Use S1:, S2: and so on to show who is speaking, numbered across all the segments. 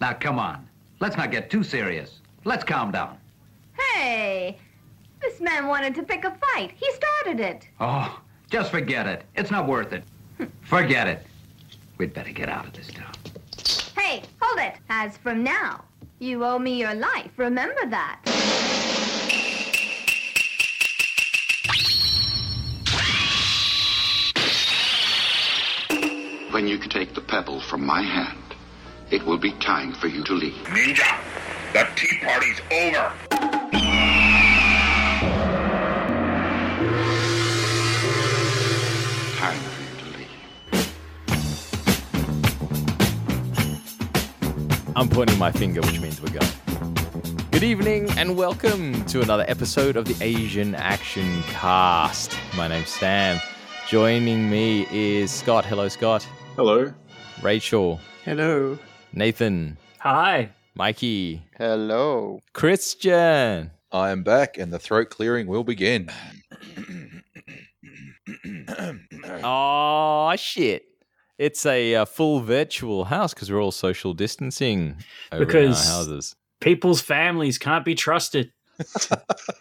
S1: now, come on. Let's not get too serious. Let's calm down.
S2: Hey, this man wanted to pick a fight. He started it.
S1: Oh, just forget it. It's not worth it. Forget it. We'd better get out of this town.
S2: Hey, hold it. As from now, you owe me your life. Remember that.
S3: When you take the pebble from my hand, it will be time for you to leave.
S4: Ninja, the tea party's over.
S3: Time for you to leave.
S5: I'm pointing my finger, which means we're going. Good evening and welcome to another episode of the Asian Action Cast. My name's Sam. Joining me is Scott. Hello, Scott.
S6: Hello.
S5: Rachel.
S7: Hello.
S5: Nathan.
S8: Hi.
S5: Mikey.
S7: Hello.
S5: Christian.
S6: I am back and the throat clearing will begin.
S5: Oh shit! It's a uh, full virtual house because we're all social distancing over
S8: Because-
S5: in our houses.
S8: People's families can't be trusted.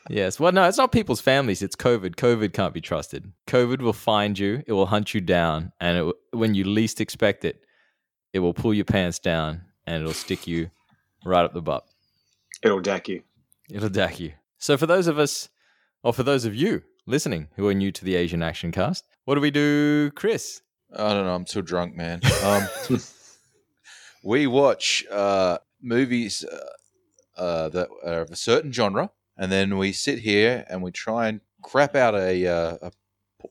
S5: Yes. Well, no, it's not people's families. It's COVID. COVID can't be trusted. COVID will find you. It will hunt you down, and it, will- when you least expect it, it will pull your pants down and it'll stick you right up the butt.
S6: It'll deck you.
S5: It'll dack you. So for those of us, or for those of you listening who are new to the Asian Action Cast, what do we do, Chris?
S6: I don't know. I'm too drunk, man. Um, we watch uh, movies uh, uh, that are of a certain genre, and then we sit here and we try and crap out a, uh, a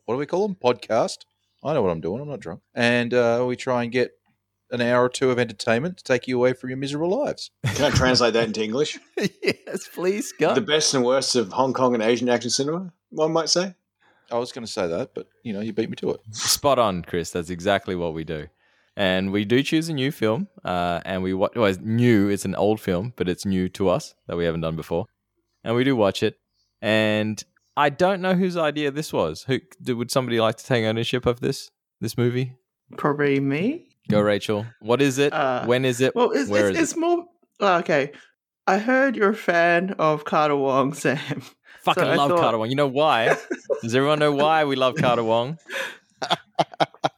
S6: what do we call them? Podcast. I know what I'm doing. I'm not drunk. And uh, we try and get an hour or two of entertainment to take you away from your miserable lives.
S9: Can I translate that into English?
S5: yes, please, Scott.
S9: The best and worst of Hong Kong and Asian action cinema, one might say.
S6: I was going to say that, but you know, you beat me to it.
S5: Spot on, Chris. That's exactly what we do. And we do choose a new film, uh, and we watch. Well, it's new. It's an old film, but it's new to us that we haven't done before, and we do watch it. And I don't know whose idea this was. Who do- would somebody like to take ownership of this this movie?
S7: Probably me.
S5: Go, Rachel. What is it?
S7: Uh,
S5: when is it?
S7: Well, it's,
S5: Where
S7: it's,
S5: is
S7: it's more. oh, okay. I heard you're a fan of Carter Wong, Sam.
S5: Fucking
S7: so I
S5: love
S7: thought-
S5: Carter Wong. You know why? Does everyone know why we love Carter Wong?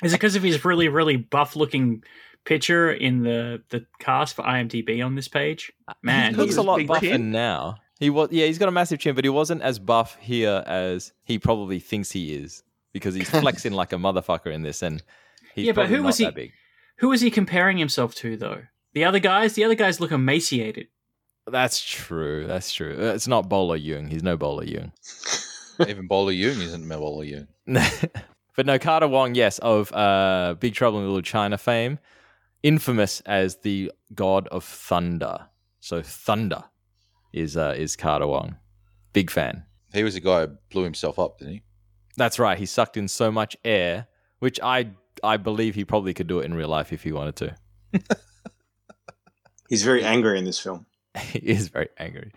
S8: Is it because of his really, really buff looking picture in the, the cast for IMDb on this page?
S5: he
S8: Man,
S7: he
S5: looks a
S7: was
S5: lot
S7: big
S5: buffer
S7: chin.
S5: now. He was yeah, he's got a massive chin, but he wasn't as buff here as he probably thinks he is because he's flexing like a motherfucker in this, and he's
S8: Yeah, but
S5: probably
S8: who
S5: not
S8: was he-
S5: that big.
S8: who is he comparing himself to, though? The other guys? The other guys look emaciated.
S5: That's true. That's true. Uh, It's not Bowler Jung. He's no Bowler Jung.
S6: Even Bowler Yoon isn't Bowler Yoon.
S5: but no, Carter Wong, yes, of uh, Big Trouble in Little China fame, infamous as the god of thunder. So thunder is uh, is Carter Wong. Big fan.
S6: He was the guy who blew himself up, didn't he?
S5: That's right. He sucked in so much air, which I I believe he probably could do it in real life if he wanted to.
S9: He's very angry in this film.
S5: he is very angry.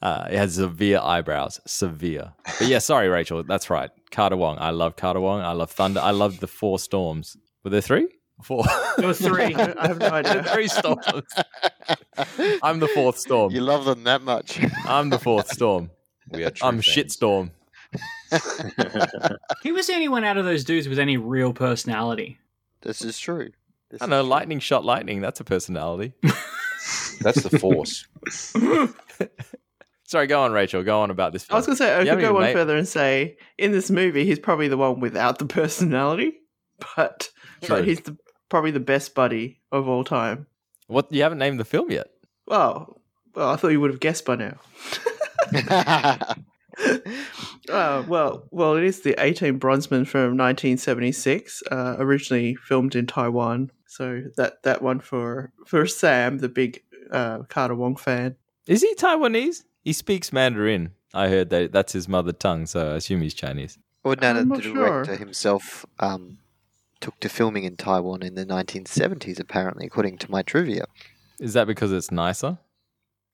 S5: Uh, he has severe eyebrows, severe. But yeah, sorry, Rachel. That's right. Carter Wong. I love Carter Wong. I love Thunder. I love the four storms. Were there three? Four.
S8: There were three.
S7: I I have no idea.
S5: three storms. I'm the fourth storm.
S10: You love them that much.
S5: I'm the fourth storm.
S6: We are true
S5: I'm
S6: fans.
S5: shitstorm.
S8: he was the only one out of those dudes with any real personality.
S10: this is true. This
S5: I
S10: is
S5: know.
S10: true.
S5: Lightning shot lightning. That's a personality.
S6: That's the force.
S5: Sorry, go on, Rachel. Go on about this.
S7: I was going
S5: film.
S7: to say, I
S5: You
S7: could
S5: haven't
S7: go
S5: even
S7: one
S5: made-
S7: further and say, in this movie, he's probably the one without the personality, but,
S5: True.
S7: but he's the, probably the best buddy of all time.
S5: What? You haven't named the film yet.
S7: Well, well, I thought you would have guessed by now. Uh, well, well, it is the 18 Bronzeman from 1976, uh, originally filmed in Taiwan. So that that one for for Sam, the big uh, Carter Wong fan.
S5: Is he Taiwanese? He speaks Mandarin. I heard that that's his mother tongue, so I assume he's Chinese.
S10: well, no,
S7: I'm
S10: no,
S7: not
S10: the director
S7: sure.
S10: himself um, took to filming in Taiwan in the 1970s, apparently, according to my trivia.
S5: Is that because it's nicer?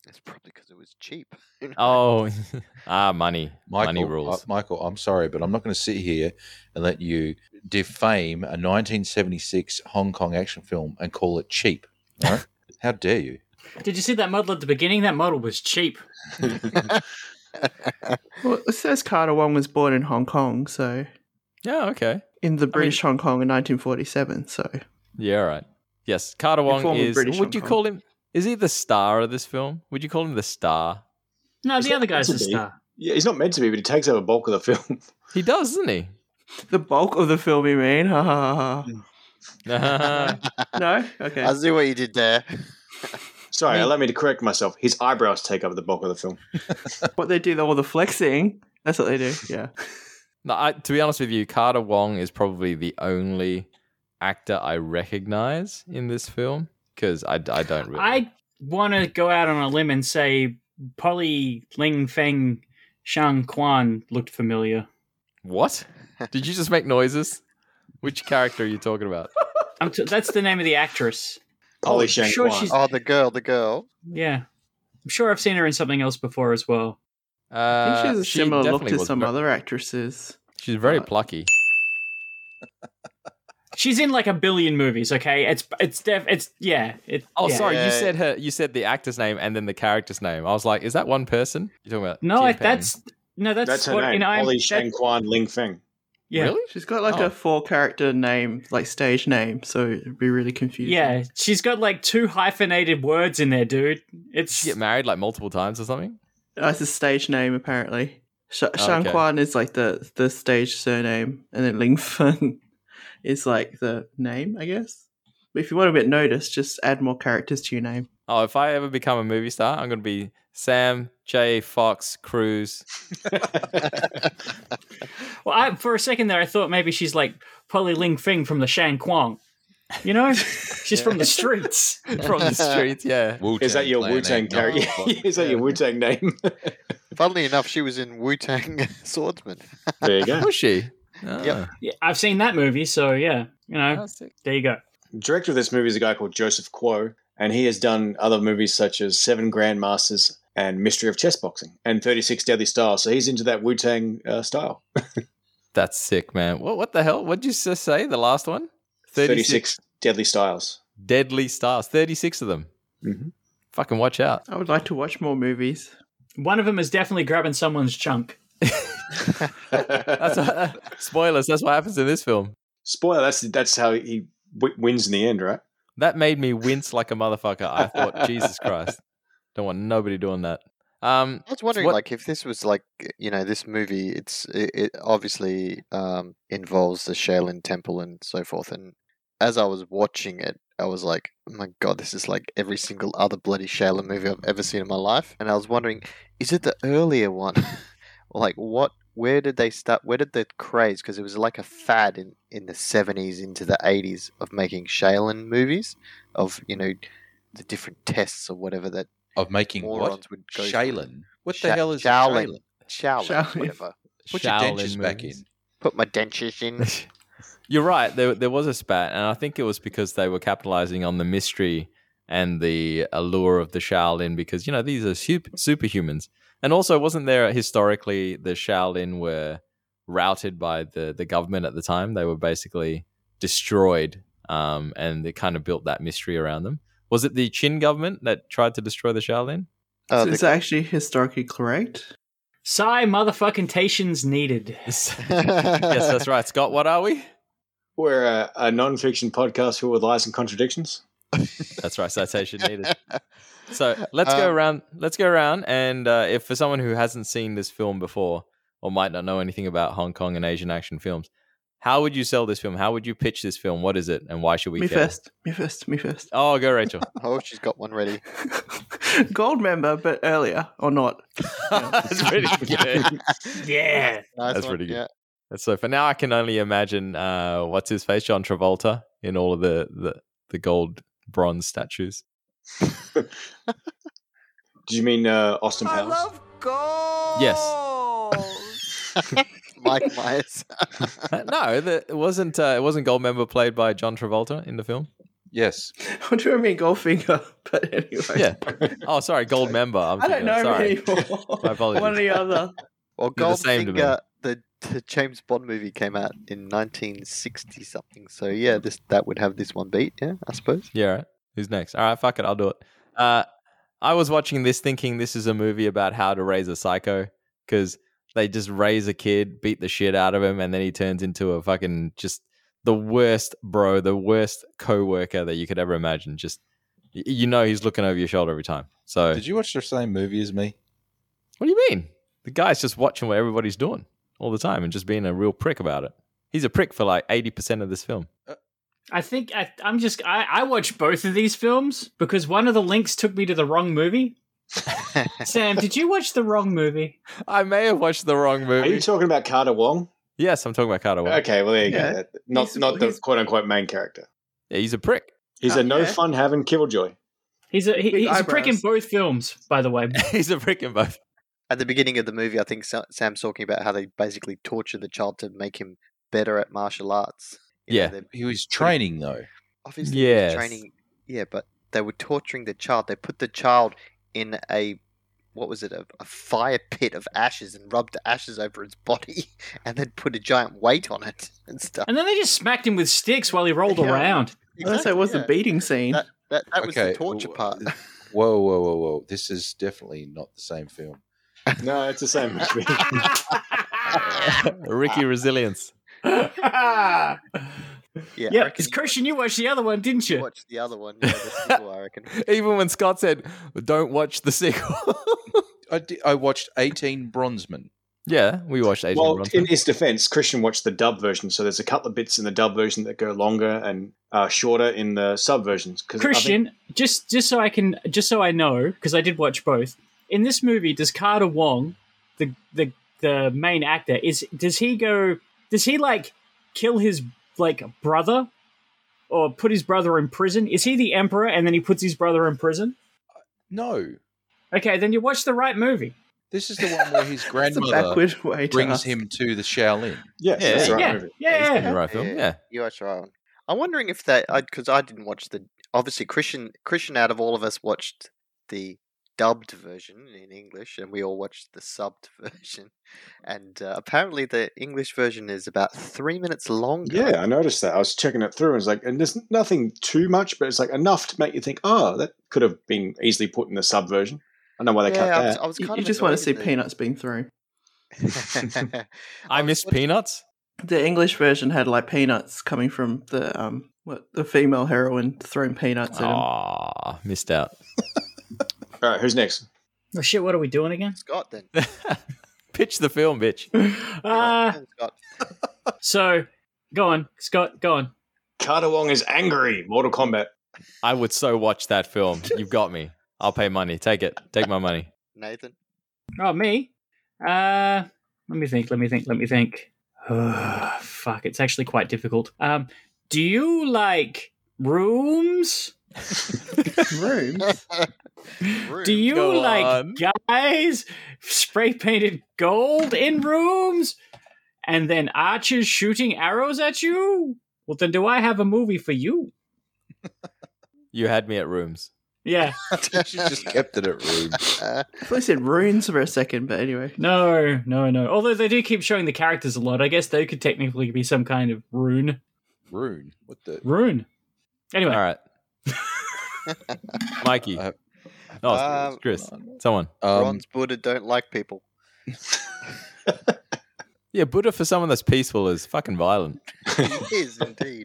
S10: It's probably because it was cheap.
S5: Oh, ah, money.
S6: Michael,
S5: money rules.
S6: uh, Michael, I'm sorry, but I'm not going to sit here and let you defame a 1976 Hong Kong action film and call it cheap. All right? How dare you?
S8: Did you see that model at the beginning? That model was cheap.
S7: Well, it says Carter Wong was born in Hong Kong, so
S5: Yeah, okay.
S7: in the British Hong Kong in 1947. So
S5: Yeah, all right. Yes, Carter Wong
S7: former
S5: is.
S7: British
S5: would you
S7: Hong
S5: call him? Is he the star of this film? Would you call him the star?
S8: No, the
S9: that
S8: other guy's the
S9: meant to be?
S8: star.
S9: Yeah, he's not meant to be, but he takes over bulk of the film.
S5: He does, doesn't he?
S7: the bulk of the film, you mean? Ha ha ha.
S5: yeah,
S7: ha. uh, No, okay.
S10: I see what you did there.
S9: Sorry, allow me to correct myself. His eyebrows take over the bulk of the film.
S7: what they do, all the flexing. That's what they do. Yeah.
S5: No, I, to be honest with you, Carter Wong is probably the only actor I recognize in this film because I, I don't really.
S8: I want to go out on a limb and say Polly Ling Feng Shang Quan looked familiar.
S5: What? Did you just make noises? Which character are you talking about?
S8: I'm t- that's the name of the actress.
S9: Polly
S8: I'm
S9: Shang
S8: sure
S9: Kwan.
S8: she's-
S10: Oh, the girl, the girl.
S8: Yeah. I'm sure I've seen her in something else before as well.
S7: I
S5: Uh,
S7: think she has a
S5: she
S7: similar look
S5: definitely
S7: to
S5: was
S7: some
S5: ver-
S7: other actresses.
S5: She's very plucky.
S8: She's in like a billion movies, okay? It's it's def- it's yeah, it
S5: Oh,
S8: yeah.
S5: sorry,
S10: Yeah.
S5: you said her. You said the actor's name and then the character's name. I was like, is that one person? You're talking about?
S8: No,
S5: Tin
S8: I,
S5: Pan.
S8: that's no, that's,
S9: That's her
S8: what
S9: name,
S8: in I'm,
S9: Polly
S8: that-
S9: Shang Quan Ling Feng.
S8: yeah.
S5: really.
S7: She's got like
S5: Oh.
S7: a four character name, like stage name, so it'd be really confusing.
S8: Yeah, she's got like two hyphenated words in there, dude. It's
S5: Did she get married like multiple times or something? Oh,
S7: That's Oh, a stage name, apparently. Sh- Shan
S5: okay.
S7: Quan is like the, the stage surname, and then Ling Feng is like the name, I guess. But if you want to get noticed, just add more characters to your name.
S5: Oh, if I ever become a movie star, I'm going to be Sam J. Fox Cruz.
S8: Well, I, for a second there, I thought maybe she's like Polly Ling Fing from the Shan Kwang. You know, she's from the streets.
S5: from the streets. Yeah,
S6: Wu-Tang
S9: Is that your
S6: Clan
S9: Wu Tang
S6: ain't nothing
S9: character?
S6: but-
S9: Is that your Wu Tang name?
S10: Funnily enough, she was in Wu Tang Swordsman.
S9: there you go.
S5: was she? Ah,
S10: Yep.
S8: Yeah, I've seen that movie, so yeah, you know,
S5: that's sick.
S8: there you go.
S9: director of this movie is a guy called Joseph Kuo, and he has done other movies such as Seven Grandmasters and Mystery of Chess Boxing and 36 Deadly Styles. So he's into that Wu Tang uh, style.
S5: That's sick, man. What? What the hell? What did you just say? The last one?
S9: 36, Deadly Styles.
S5: deadly stars. Thirty-six of them.
S9: Mhm.
S5: Fucking watch out.
S7: I would like to watch more movies.
S8: One of them is definitely grabbing someone's junk.
S5: That's spoilers. That's what happens in this film.
S9: Spoiler, that's that's how he w- wins in the end, right?
S5: That made me wince like a motherfucker. I thought, Jesus Christ, don't want nobody doing that. Um,
S10: I was wondering,
S5: What-
S10: like, if this was like, you know, this movie, it's it, it obviously um, involves the Shaolin Temple and so forth. And as I was watching it, I was like, oh my god, this is like every single other bloody Shaolin movie I've ever seen in my life. And I was wondering, is it the earlier one? Or, like, what? Where did they start? Where did the craze? Because it was like a fad in, in the seventies into the eighties of making Shaolin movies, of you know, the different tests or whatever that
S6: Of making what?
S10: morons would go through.
S6: Shaolin. What the
S10: Sha-
S6: hell is
S10: Shaolin. Shaolin,
S6: Shaolin?
S7: Shaolin.
S10: whatever.
S6: Put your
S5: Shaolin
S6: dentures back
S5: movies.
S6: in.
S10: Put my dentures in.
S5: You're right. There, there was a spat, and I think it was because they were capitalizing on the mystery and the allure of the Shaolin, because you know these are super, superhumans. And also, wasn't there historically the Shaolin were routed by the the government at the time? They were basically destroyed, um, and they kind of built that mystery around them. Was it the Qin government that tried to destroy the Shaolin?
S10: Oh,
S7: so
S10: the-
S7: it's actually historically correct.
S8: Psy motherfucking tations needed.
S5: yes, that's right, Scott. What are we?
S9: We're a, a non fiction podcast full with lies and contradictions.
S5: That's right. Citation needed. So let's go
S10: Um,
S5: around. Let's go around, and uh, if for someone who hasn't seen this film before or might not know anything about Hong Kong and Asian action films, how would you sell this film? How would you pitch this film? What is it, and why should we
S7: me
S5: care?
S7: first. Me first. Me first.
S5: Oh, go Rachel.
S10: Oh, she's got one ready.
S7: Gold member, but earlier or not.
S5: That's pretty good.
S8: Yeah.
S10: Nice
S5: That's
S10: one,
S5: pretty good.
S10: yeah.
S5: That's so for now, I can only imagine uh, what's his face, John Travolta, in all of the the, the gold bronze statues.
S9: Do you mean uh, Austin Powers?
S5: Yes.
S10: Mike Myers.
S5: Uh, no, the, it wasn't. Uh, it wasn't Goldmember played by John Travolta in the film.
S6: Yes.
S7: I do I mean Goldfinger, but anyway.
S5: Yeah. Oh, sorry, Gold Member. I'm
S7: I don't
S5: thinking-
S7: know
S5: Sorry.
S7: anymore.
S5: My apologies.
S7: One or the other.
S10: Or
S5: They're the same to me.
S10: Goldfinger. The, the James Bond movie came out in 1960 something. So yeah, this that would have this one beat. Yeah, I suppose.
S5: Yeah, right. Who's next? All right, fuck it, I'll do it. Uh, I was watching this thinking this is a movie about how to raise a psycho because they just raise a kid, beat the shit out of him, and then he turns into a fucking just the worst bro, the worst co-worker that you could ever imagine. Just y- you know he's looking over your shoulder every time. So
S6: Did you watch the same movie as me?
S5: what do you mean? The guy's just watching what everybody's doing all the time and just being a real prick about it. He's a prick for like eighty percent of this film.
S8: I think I, I'm just I, I watched both of these films because one of the links took me to the wrong movie. Sam, did you watch the wrong movie?
S5: I may have watched the wrong
S9: Are you
S5: movie.
S9: talking about Carter Wong?
S5: yes, I'm talking about Carter. Wong.
S9: Okay, well there you
S7: Yeah.
S9: go. Not
S7: He's-
S9: not the
S7: he's-
S9: quote unquote main character.
S5: Yeah, he's a prick.
S9: He's
S7: Oh,
S9: a no
S7: yeah.
S9: fun having killjoy.
S8: He's a he,
S7: Big
S8: he's a prick in
S7: eyebrows.
S8: both films, by the way.
S5: he's a prick in both.
S10: At the beginning of the movie, I think Sa- Sam's talking about how they basically torture the child to make him better at martial arts. know,
S5: Yeah.
S10: they're
S6: He was training though.
S10: obviously he was
S5: Yes.
S10: training. Yeah, but they were torturing the child. They put the child in a what was it? A, a fire pit of ashes and rubbed the ashes over its body, and then put a giant weight on it and stuff.
S8: And then they just smacked him with sticks while he rolled
S10: Yeah.
S8: around.
S7: Unless it was the beating scene.
S10: That, that, that was the
S6: Okay,
S10: torture
S6: w-
S10: part.
S6: Whoa, whoa, whoa, whoa! This is definitely not the same film.
S9: uh, No, it's the same movie.
S5: Ricky
S10: Ah.
S5: resilience.
S8: yeah,
S10: yeah, I reckon
S8: because
S10: you
S8: Christian, you watched the other one, didn't you?
S10: watched the other one. Yeah, the sequel, I reckon.
S5: Even when Scott said, "Don't watch the sequel."
S6: I, di- I watched eighteen Bronzemen.
S5: yeah, we watched Agent
S9: well,
S5: Bronson.
S9: in his defense, Christian watched the dub version, so there's a couple of bits in the dub version that go longer and uh, shorter in the sub versions. 'cause I think-
S8: Christian, just just so I can just so I know, because I did watch both. In this movie, does Carter Wong, the the the main actor, is does he go does he like kill his like brother? Or put his brother in prison? Is he the emperor and then he puts his brother in prison?
S6: No,
S8: Okay, then you watch the right movie.
S6: this is the one where his
S7: That's a
S6: grandmother
S7: backward way to
S6: brings
S7: ask.
S6: him to the Shaolin.
S9: yes,
S5: Yeah,
S9: that's the right
S8: yeah,
S9: movie.
S8: yeah,
S5: You're right, Phil.
S10: Yeah.
S5: Yeah.
S10: You watched the right one. I'm wondering if that because I, didn't watch the obviously Christian Christian out of all of us watched the dubbed version in English, and we all watched the subbed version. And uh, apparently, the English version is about three minutes longer.
S9: Yeah, I noticed that. I was checking it through, and it's like, and there's nothing too much, but it's like enough to make you think, oh, that could have been easily put in the sub version. I don't know why they
S10: yeah. I
S9: cut
S10: was,
S9: that.
S10: I was
S7: You,
S10: kind
S7: you
S10: of
S7: just want to see
S10: annoyed
S7: peanuts being thrown.
S10: that-
S5: I miss Peanuts.
S7: The English version had like peanuts coming from the um what the female heroine throwing peanuts at him.
S5: Ah, missed out.
S9: All right, who's next?
S8: Oh shit, what are we doing again?
S10: Scott then.
S5: Pitch the film, bitch.
S8: Uh,
S10: Scott.
S8: so go on, Scott, go on.
S9: Carter Wong is angry. Mortal Kombat.
S5: I would so watch that film. You've got me. I'll pay money. Take it. Take my money.
S10: Nathan.
S8: Oh, me? Uh, let me think, let me think, let me think. Ugh, fuck, it's actually quite difficult. Um, do you like rooms?
S7: Rooms.
S10: Room.
S8: Do you
S5: Go
S8: like
S5: on.
S8: guys spray painted gold in rooms and then archers shooting arrows at you? Well, then do I have a movie for you?
S5: You had me at rooms.
S8: Yeah,
S6: You should just kept it at room.
S7: I thought you said runes for a second, but anyway.
S8: no, no, no. Although they do keep showing the characters a lot. I guess they could technically be some kind of rune.
S6: Rune. What the? um,
S8: Rune. Anyway,
S5: All right. Mikey.
S6: Uh,
S5: oh,
S10: um,
S5: it's Chris. Someone.
S6: Um,
S10: Bronze Buddha don't like people.
S5: Yeah, Buddha for someone that's peaceful is fucking violent.
S10: He is indeed.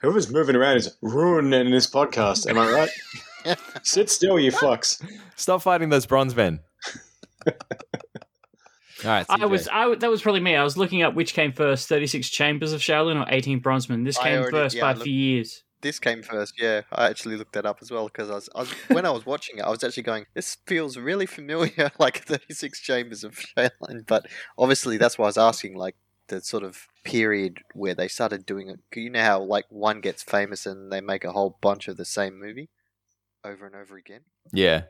S9: Whoever's moving around is ruining this podcast. Am I right? Sit still, you fucks.
S5: Stop fighting those bronze men. All right.
S8: I
S5: CJ.
S8: was I w- that was probably me. I was looking up which came first, thirty six chambers of Shaolin or eighteen bronzemen. This
S10: I
S8: came
S10: already-
S8: first
S10: yeah,
S8: by
S10: I
S8: a
S10: looked-
S8: few years.
S10: this came first. Yeah, I actually looked that up as well because I was, I was when I was watching it, I was actually going, "This feels really familiar, like Thirty Six Chambers of Shaolin." But obviously, that's why I was asking, like the sort of period where they started doing it. 'Cause You know how like one gets famous and they make a whole bunch of the same movie over and over again,
S5: Yeah.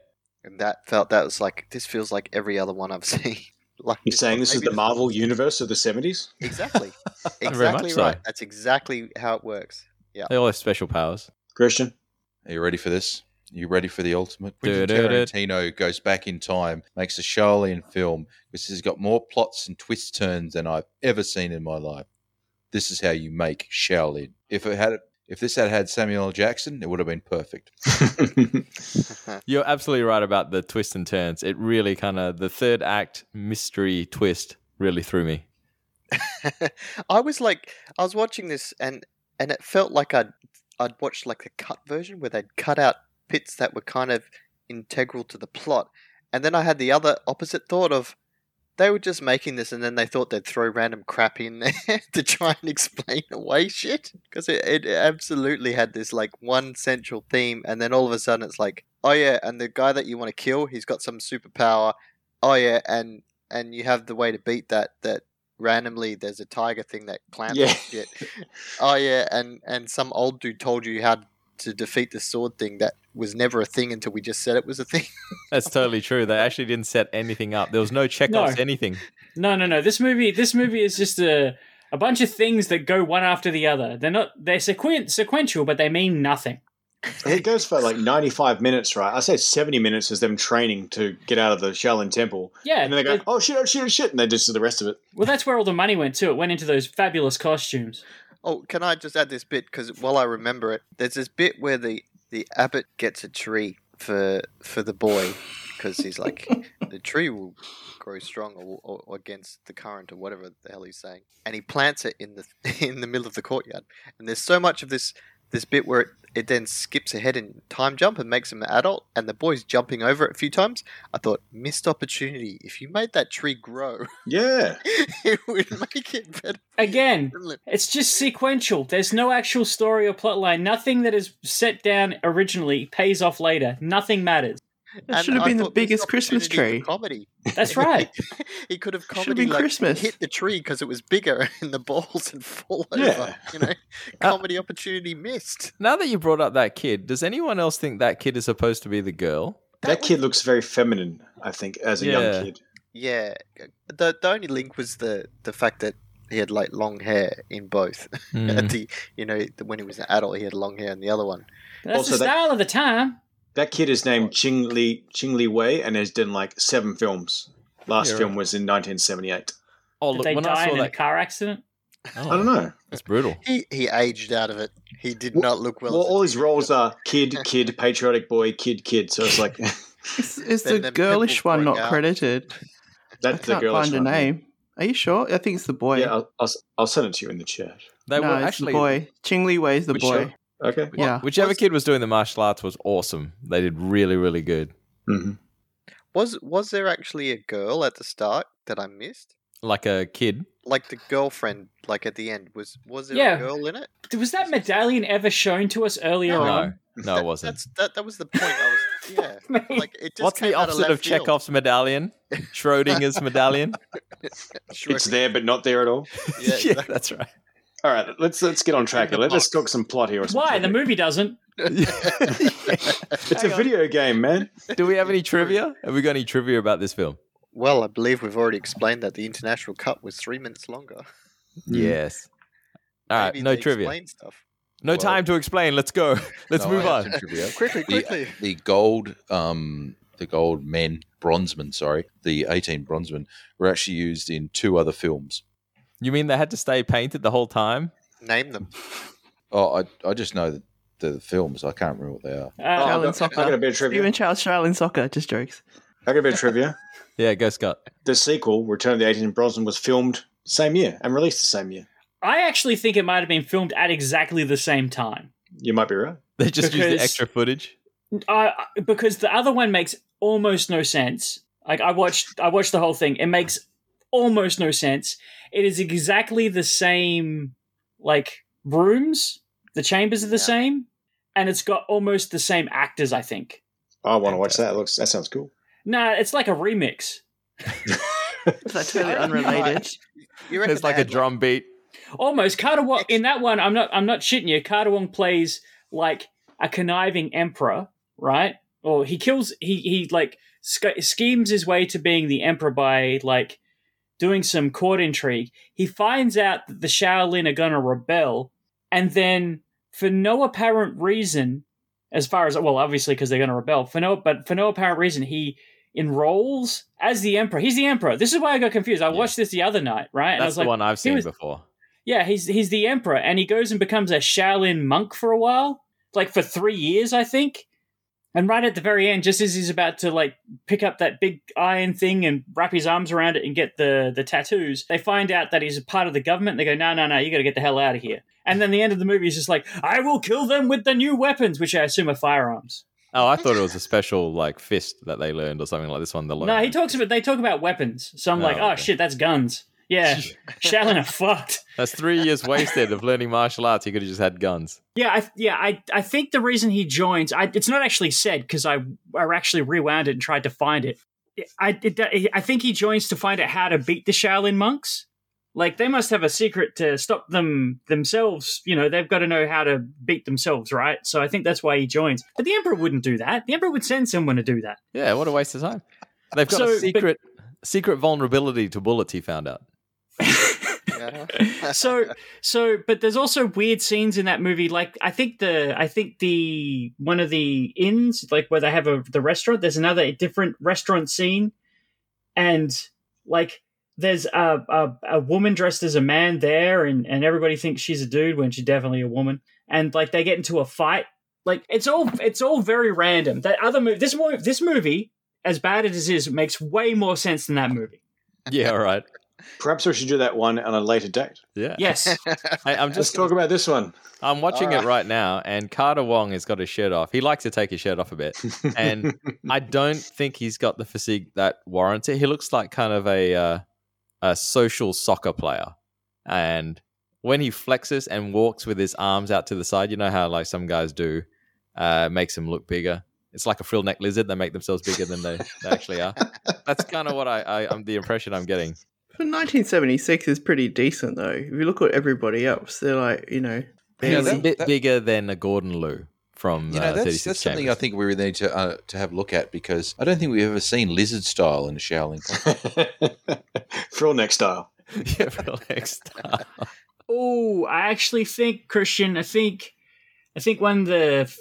S10: and that felt that was like this feels like every other one I've seen. Like
S9: You're saying this is
S10: maybe
S9: the Marvel universe of the 70s?
S10: Exactly,
S5: Very much
S10: exactly
S5: so.
S10: right. That's exactly how it works.
S5: They all have special powers.
S9: Christian?
S6: Are you ready for this? You ready for the ultimate?
S5: Do, do,
S6: When
S5: do.
S6: Tarantino goes back in time, makes a Shaolin film, because he's got more plots and twist turns than I've ever seen in my life. This is how you make Shaolin. If it had If this had had Samuel L. Jackson, it would have been perfect.
S5: You're absolutely right about the twists and turns. It really kind of the third act mystery twist really threw me.
S10: I was like, I was watching this, and and it felt like I'd I'd watched like the cut version where they'd cut out bits that were kind of integral to the plot, and then I had the other opposite thought of they were just making this, and then they thought they'd throw random crap in there to try and explain away shit because it, it absolutely had this like one central theme, and then all of a sudden it's like, oh yeah, and the guy that you want to kill, he's got some superpower, oh yeah, and and you have the way to beat that that randomly there's a tiger thing that clamps
S9: Yeah.
S10: and shit. Oh yeah, and and some old dude told you how to defeat the sword thing that was never a thing until we just said it was a thing.
S5: That's totally true. They actually didn't set anything up. There was no checkouts,
S8: No.
S5: anything.
S8: No, no, no. This movie, this movie is just a a bunch of things that go one after the other. They're not they're sequen- sequential, but they mean nothing.
S9: it goes for like 95 minutes, right? I say 70 minutes is them training to get out of the Shaolin Temple.
S8: Yeah,
S9: And then they go,
S8: it-
S9: oh shit, oh shit, oh shit. And they just do the rest of it.
S8: well, that's where all the money went too. It went into those fabulous costumes.
S10: Oh, can I just add this bit? Because while I remember it, there's this bit where the the abbot gets a tree for for the boy because he's like the tree will grow strong or, or, or against the current or whatever the hell he's saying, and he plants it in the in the middle of the courtyard. And there's so much of this this bit where it, it then skips ahead in time jump and makes him an adult, and the boy's jumping over it a few times. I thought missed opportunity. If you made that tree grow,
S9: Yeah.
S10: it would make it better.
S8: Again,
S10: wouldn't it?
S8: it's just sequential. There's no actual story or plot line. Nothing that is set down originally pays off later. Nothing matters.
S7: That
S10: And
S7: should have
S10: I
S7: been the
S10: thought this
S7: biggest Christmas
S10: opportunity
S7: tree.
S10: for Comedy.
S8: That's right.
S10: he could have
S7: Should've
S10: comedy
S7: been
S10: like
S7: Christmas.
S10: hit the tree because it was bigger and the balls had fallen
S9: Yeah.
S10: over. You know, comedy opportunity missed.
S5: Now that you brought up that kid, does anyone else think that kid is supposed to be the girl?
S9: That kid looks very feminine, I think, as a
S5: Yeah.
S9: young kid.
S10: Yeah, the the only link was the the fact that he had like long hair in both.
S5: Hmm.
S10: At the you know the- when he was an adult, he had long hair in the other one.
S8: That's
S9: Also,
S8: the
S9: that-
S8: style of the time.
S9: That kid is named Ching Li, Ching Li Wei and has done like seven films. Last
S5: Yeah, right.
S9: film was in 1978.
S5: Oh,
S8: Did
S5: look,
S8: they
S5: when I
S8: die
S5: saw
S8: in a
S5: that,
S8: car accident?
S9: I don't know.
S5: it's brutal.
S10: He he aged out of it. He did
S9: Well-
S10: not look well.
S9: Well,
S10: as a
S9: all his
S10: teenager.
S9: roles are kid, kid, patriotic boy, kid, kid. So it's like
S7: Is, is
S10: Then
S7: the
S10: them
S7: girlish
S10: pimples
S7: one
S10: break
S7: not
S10: out.
S7: credited?
S9: that's
S7: I
S9: the
S7: can't
S9: girl.
S7: find a name. Are you sure? I think it's the boy.
S9: Yeah, I'll, I'll, I'll send it to you in the chat.
S5: They
S7: no,
S5: were
S7: it's
S5: actually
S7: the boy. Ching Li Wei is the
S9: Which
S7: boy.
S9: show? Okay.
S5: wha-
S7: Yeah.
S5: Whichever
S10: Was-
S5: kid was doing the martial arts was awesome. They did really, really good.
S9: hmm
S10: Was was there actually a girl at the start that I missed?
S5: Like a kid.
S10: Like the girlfriend, like at the end, was was there
S8: Yeah.
S10: a girl in it?
S8: Was that medallion ever shown to us earlier
S10: No.
S8: on?
S5: No, no, it wasn't.
S10: That's that. That was the point. I was yeah. like it just
S5: What's the
S10: came out
S5: opposite of
S10: left field.
S5: Chekhov's medallion? Schrodinger's medallion.
S10: Sure.
S9: It's there, but not there at all.
S10: Yeah,
S5: yeah, that's right.
S9: All right, let's let's get on track.
S10: In the
S9: Let's
S10: box.
S9: just cook some plot here. Or something.
S8: Why? The movie doesn't.
S9: It's a video game, man.
S5: Do we have any trivia? Have we got any trivia about this film?
S10: Well, I believe we've already explained that the international cut was three minutes longer.
S5: Hmm. Yes. All right,
S10: Maybe
S5: no
S10: they
S5: trivia.
S10: explained Stuff.
S5: No
S6: Well-
S5: time to explain. Let's go. Let's
S6: No, I
S5: move
S6: have
S5: on.
S6: some trivia.
S10: Quickly,
S6: The-
S10: quickly.
S6: the gold um the gold men bronzemen sorry the 18 bronzemen were actually used in two other films
S5: You mean they had to stay painted the whole time?
S10: Name them.
S6: oh i i just know that they're the films i can't remember what they are
S8: Uh,
S9: Oh, I've
S7: Shaolin
S9: got- I've
S7: soccer.
S9: got a bit of trivia.
S7: Even Charles Shaolin soccer. Just jokes.
S9: I got a bit of trivia.
S5: Yeah, go Scott.
S9: The sequel, Return of the 18 Bronson, was filmed same year and released the same year.
S8: I actually think it might have been filmed at exactly the same time.
S9: You might be right.
S5: They just used
S8: Because-
S5: the extra footage.
S8: I I- because the other one makes almost no sense. Like I watched, I watched the whole thing. It makes almost no sense. It is exactly the same, like rooms. The chambers are the
S10: Yeah.
S8: same, and it's got almost the same actors. I think.
S9: I want to watch that. Looks that sounds cool.
S8: Nah, it's like a remix.
S7: Is that totally unrelated?
S10: You reckon
S5: It's like
S10: they
S5: a
S10: had,
S5: drum beat.
S8: Almost Carter Wong in that one. I'm not. I'm not shitting you. Carter Wong plays like a conniving emperor, right? Or he kills. He he like sch- schemes his way to being the emperor by like doing some court intrigue. He finds out that the Shaolin are gonna rebel, and then for no apparent reason, as far as well, obviously because they're gonna rebel for no, but for no apparent reason, he enrolls as the emperor. He's the emperor. This is why I got confused. I
S5: Yeah.
S8: watched this the other night, right? And I
S5: That's
S8: was
S5: the
S8: like,
S5: one I've seen
S8: was-
S5: before.
S8: Yeah, he's he's the emperor, and he goes and becomes a Shaolin monk for a while, like for three years, I think. And right at the very end, just as he's about to like pick up that big iron thing and wrap his arms around it and get the the tattoos, they find out that he's a part of the government. They go, no, no, no, you got to get the hell out of here. And then the end of the movie is just like, I will kill them with the new weapons, which I assume are firearms.
S5: Oh, I thought it was a special like fist that they learned or something like this one. The low
S8: No, he
S5: hand.
S8: talks about they talk about weapons. So I'm
S5: Oh,
S8: like, oh
S5: okay.
S8: shit, that's guns. Yeah, Shaolin are fucked.
S5: That's three years wasted of learning martial arts. He could have just had guns.
S8: Yeah, I, yeah, I, I think the reason he joins, I, it's not actually said because I, I actually rewound it and tried to find it. I, it- I think he joins to find out how to beat the Shaolin monks. Like they must have a secret to stop them themselves. You know, they've got to know how to beat themselves, right? So I think that's why he joins. But the emperor wouldn't do that. The emperor would send someone to do that.
S5: Yeah, what a waste of time. They've got
S8: So,
S5: a
S8: but-
S5: secret secret vulnerability to bullets. He found out.
S10: Uh-huh.
S8: so so but there's also weird scenes in that movie like i think the i think the one of the inns like where they have a the restaurant there's another different restaurant scene and like there's a, a, a woman dressed as a man there and, and everybody thinks she's a dude when she's definitely a woman and like they get into a fight like it's all it's all very random that other movie this movie this movie as bad as it is makes way more sense than that movie
S5: Yeah, all right.
S9: Perhaps we should do that one on a later date.
S5: Yeah.
S8: yes
S5: I, I'm
S9: Let's
S5: just
S9: talk about this one.
S5: I'm watching
S9: All
S5: it right now, and Carter Wong has got his shirt off. He likes to take his shirt off a bit, and I don't think he's got the physique that warrants it. He looks like kind of a uh, a social soccer player, and when he flexes and walks with his arms out to the side, you know how like some guys do, uh, it makes him look bigger. It's like a frill neck lizard. They make themselves bigger than they, they actually are. That's kind of what I, I I'm the impression I'm getting.
S7: But 1976 is pretty decent though. If you look at everybody else, they're like you know,
S6: Yeah,
S5: He's a
S6: that-
S5: bit
S6: that-
S5: bigger than a Gordon Liu from
S6: You
S5: uh, 36
S6: know, that's, that's something I
S5: Chambers.
S6: think we really need to uh, to have a look at because I don't think we've ever seen lizard style in a Shaolin. Kung.
S9: Frill neck style.
S5: yeah, frill neck style.
S8: Oh, I actually think Christian. I think, I think one of the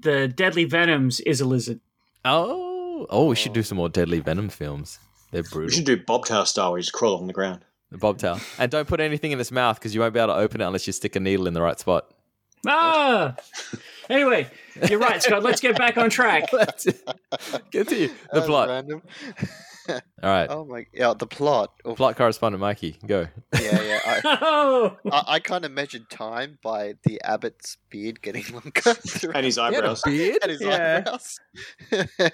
S8: the deadly venoms is a lizard.
S5: Oh, oh, we should do some more Deadly Venom films. They're
S9: We
S5: brutal.
S9: should do bobtail style where you just crawl on the ground.
S5: The bobtail, and don't put anything in its mouth because you won't be able to open it unless you stick a needle in the right spot.
S8: Ah. Anyway, you're right, Scott. Let's get back on track.
S5: That's it. Continue the
S10: That's
S5: plot.
S10: Random.
S5: All right,
S10: oh my, yeah, the plot. Oh,
S5: plot correspondent Mikey, go.
S10: Yeah, yeah. I,
S8: Oh,
S10: I, I kind of measured time by the abbot's beard getting longer through
S9: And his eyebrows.
S5: beard.
S10: and his
S7: Yeah.
S10: eyebrows.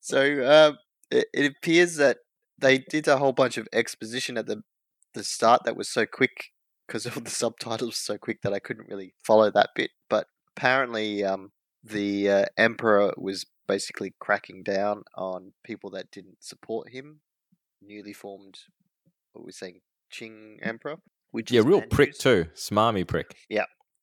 S10: so um, it, it appears that they did a whole bunch of exposition at the the start that was so quick because all the subtitles were so quick that I couldn't really follow that bit. But apparently, um, the uh, emperor was basically cracking down on people that didn't support him. Newly formed, what were we saying, Qing emperor. Which
S5: Yeah,
S10: is
S5: real
S10: bad
S5: prick
S10: news
S5: too, smarmy prick.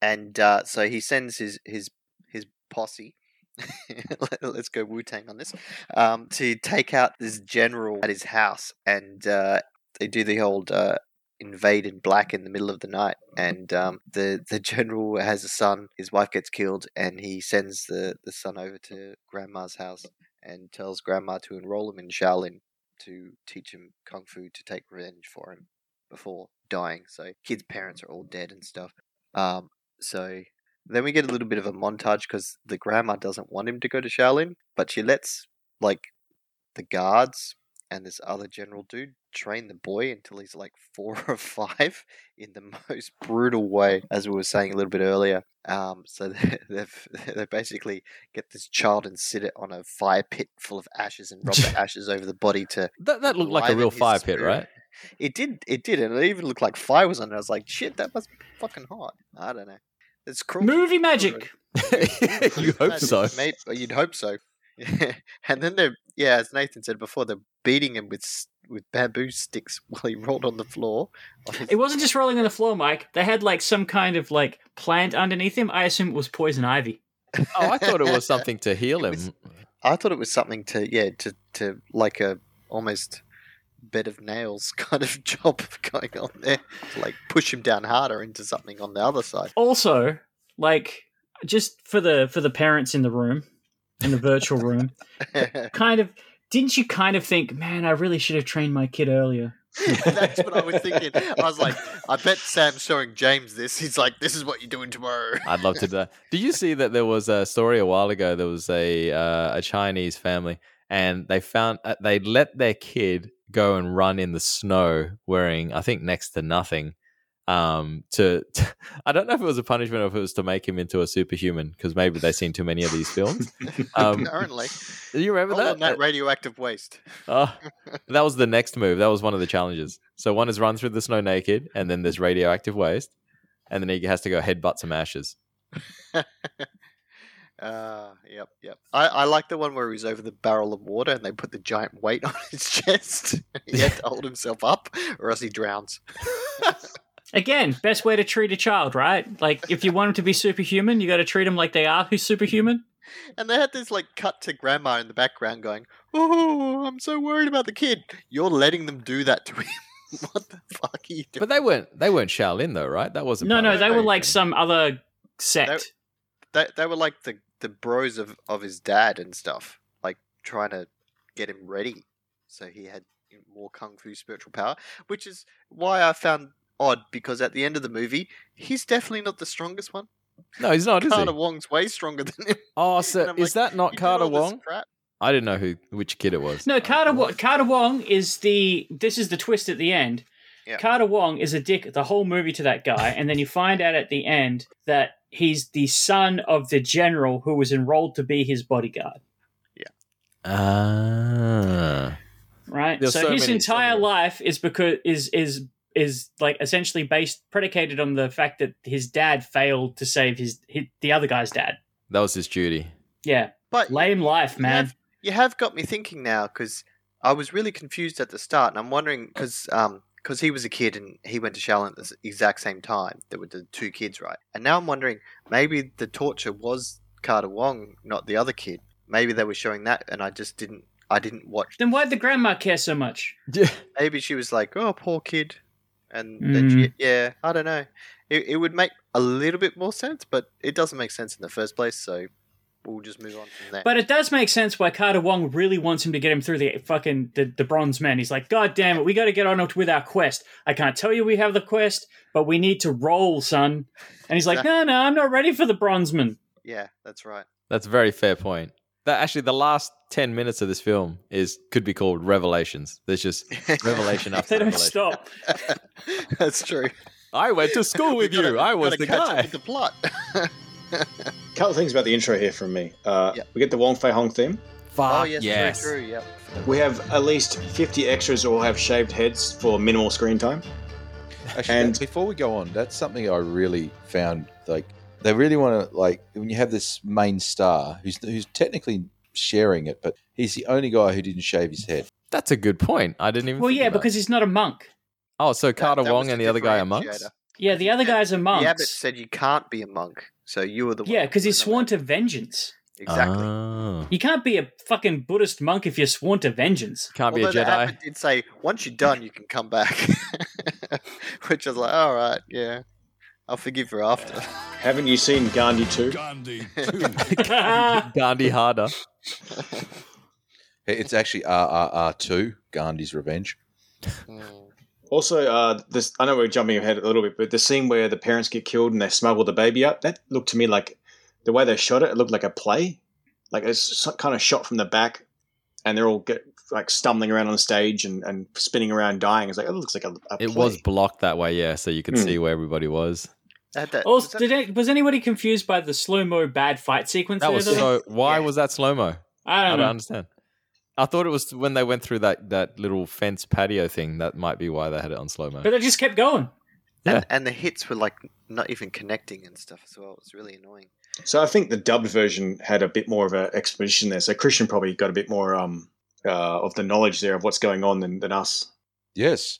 S10: and uh, so he sends his his his posse. let- Let's go Wu Tang on this. Um, to take out this general at his house, and uh, they do the old uh, invade in black in the middle of the night. And um, the the general has a son. His wife gets killed, and he sends the the son over to grandma's house and tells grandma to enroll him in Shaolin to teach him kung fu to take revenge for him before dying. So kids' parents are all dead and stuff. Um, so then we get a little bit of a montage because the grandma doesn't want him to go to Shaolin, but she lets like the guards and this other general dude train the boy until he's like four or five in the most brutal way, as we were saying a little bit earlier. Um, so they- they've, they basically get this child and sit it on a fire pit full of ashes and rub the ashes over the body to.
S5: That that looked like a
S10: Enliven
S5: real
S10: his
S5: fire pit,
S10: spirit.
S5: right?
S10: It did, it did, and it even looked like fire was on it. I was like, shit, that must be fucking hot. I don't know. It's cruel.
S8: movie magic.
S5: you hope so.
S10: Maybe, you'd hope so. and then they're yeah, as Nathan said before, they're beating him with s- with bamboo sticks while he rolled on the floor. On his-
S8: It wasn't just rolling on the floor, Mike. They had like some kind of like plant underneath him. I assume it was poison ivy.
S5: Oh, I thought it was something to heal
S10: It
S5: him.
S10: was- I thought it was something to yeah to to like a almost bed of nails kind of job going on there, to like push him down harder into something on the other side.
S8: Also, like just for the for the parents in the room, in the virtual room, kind of. Didn't you kind of think, man, I really should have trained my kid earlier?
S10: That's what I was thinking. I was like, I bet Sam's showing James this. He's like, this is what you're doing tomorrow.
S5: I'd love to do that. Did you see that there was a story a while ago? There was a uh, a Chinese family, and they found uh, they let their kid go and run in the snow wearing, I think, next to nothing. Um, to, I don't know if it was a punishment or if it was to make him into a superhuman because maybe they've seen too many of these films. Um,
S10: Apparently,
S5: do you remember
S10: hold
S5: that?
S10: on that radioactive waste.
S5: Oh, that was the next move. That was one of the challenges. So one is run through the snow naked, and then there's radioactive waste, and then he has to go headbutt some ashes.
S10: Uh, yep, yep. I, I like the one where he's over the barrel of water and they put the giant weight on his chest. he had to hold himself up, or else he drowns.
S8: Again, best way to treat a child, right? Like, if you want them to be superhuman, you got to treat them like they are who's superhuman.
S10: And they had this like cut to grandma in the background going, "Oh, I'm so worried about the kid. You're letting them do that to him. what the fuck are you doing?"
S5: But they weren't they weren't Shaolin though, right? That wasn't
S8: No,
S5: part
S8: no,
S5: of
S8: they were
S5: Asian.
S8: like some other sect.
S10: they, they were like the, the bros of, of his dad and stuff, like trying to get him ready so he had more kung fu spiritual power, which is why I found odd because at the end of the movie, he's definitely not the strongest one.
S5: no, he's not, is
S10: Carter
S5: he?
S10: Wong's way stronger than him.
S5: Oh, so
S10: And I'm
S5: is
S10: like,
S5: that
S10: "You
S5: not
S10: did
S5: Carter
S10: all this
S5: Wong?
S10: crap."
S5: I didn't know who which kid it was.
S8: No, Carter Wong, Carter Wong is the. This is the twist at the end.
S10: Yeah.
S8: Carter Wong is a dick the whole movie to that guy, and then you find out at the end that he's the son of the general who was enrolled to be his bodyguard.
S5: Ah,
S8: Right.
S5: There's
S8: so,
S5: so
S8: his
S5: many- so
S8: entire
S5: many.
S8: life is because is is is like essentially based predicated on the fact that his dad failed to save his, his the other guy's dad.
S5: that was his duty.
S8: Yeah.
S10: But
S8: Lame life,
S10: you
S8: man.
S10: have- you have got me thinking now because I was really confused at the start, and I'm wondering because because he was a kid and he went to Shaolin at the s- exact same time. There were the two kids, right? And now I'm wondering maybe the torture was Carter Wong, not the other kid. Maybe they were showing that, and I just didn't. I didn't watch.
S8: Then why'd the grandma care so much?
S5: Yeah,
S10: Maybe she was like, "Oh, poor kid," and then
S5: Mm.
S10: she, yeah, I don't know. It, it would make a little bit more sense, but it doesn't make sense in the first place. So we'll just move on from there.
S8: But it does make sense why Carter Wong really wants him to get him through the fucking the, the bronze men. He's like, God damn it, we gotta get on with our quest. I can't tell you we have the quest, but we need to roll, son. And he's like, No, no, I'm not ready for the bronze men.
S10: yeah, that's right.
S5: that's a very fair point. That actually, the last ten minutes of this film is could be called revelations. There's just revelation after
S8: They don't
S5: revelation.
S8: stop.
S10: That's true.
S5: I went to school with
S10: We gotta-
S5: you. I
S10: we
S5: was
S10: gotta
S5: the
S10: catch up
S5: guy.
S10: with the plot.
S9: couple things about the intro here from me. Uh,
S10: Yep.
S9: We get the Wong Fei Hong theme.
S10: oh
S5: Fuck
S10: yes, true, true. Yep.
S9: We have at least 50 extras who all have shaved heads for minimal screen time.
S6: Actually,
S9: And-
S6: that- before we go on, that's something I really found like they really want to like when you have this main star who's who's technically sharing it, but he's the only guy who didn't shave his head.
S5: That's a good point. I didn't even.
S8: Well,
S5: think
S8: yeah,
S5: about
S8: because he's not a monk.
S5: that. oh, so Carter
S10: that was
S5: Wong
S10: the
S5: and the other guy are monks.
S10: differentiator.
S8: Yeah, the other guys are
S10: The abbot
S8: monks.
S10: said you can't be a monk, so you were the one.
S8: Yeah, because he's
S10: who
S8: sworn
S10: was
S8: to vengeance.
S10: on that. exactly.
S5: Oh.
S8: You can't be a fucking Buddhist monk if you're sworn to vengeance.
S5: Can't
S10: Although
S5: be a
S10: the
S5: Jedi.
S10: abbot did say once you're done, you can come back, which is like, all right, yeah, I'll forgive her after.
S9: Haven't you seen Gandhi 2?
S8: yeah,
S5: Gandhi harder.
S6: It's actually RRR two Gandhi's Revenge.
S10: Mm.
S9: Also, uh, this I know we're jumping ahead a little bit, but the scene where the parents get killed and they smuggle the baby up, that looked to me like the way they shot it, it looked like a play. Like it's some kind of shot from the back and they're all get, like stumbling around on stage and, and spinning around dying. It's like, it looks like a, a
S5: It
S9: play.
S5: was blocked that way, yeah, so you could
S9: Hmm.
S5: see where everybody was.
S10: They had that- was
S8: Also,
S10: that-
S8: did it, was anybody confused by the slow mo bad fight sequence?
S5: That
S8: the
S5: was
S8: other day?
S5: so. Why
S10: Yeah. Um,
S5: was that slow mo?
S8: I
S5: I
S8: don't
S5: don't
S8: know.
S5: understand. I thought it was when they went through that that little fence patio thing. That might be why they had it on slow mo.
S8: But they just kept going.
S5: Yeah.
S10: and, and the hits were like not even connecting and stuff as well. It was really annoying.
S9: So I think the dubbed version had a bit more of an exposition there. So Christian probably got a bit more um, uh, of the knowledge there of what's going on than, than us.
S6: Yes,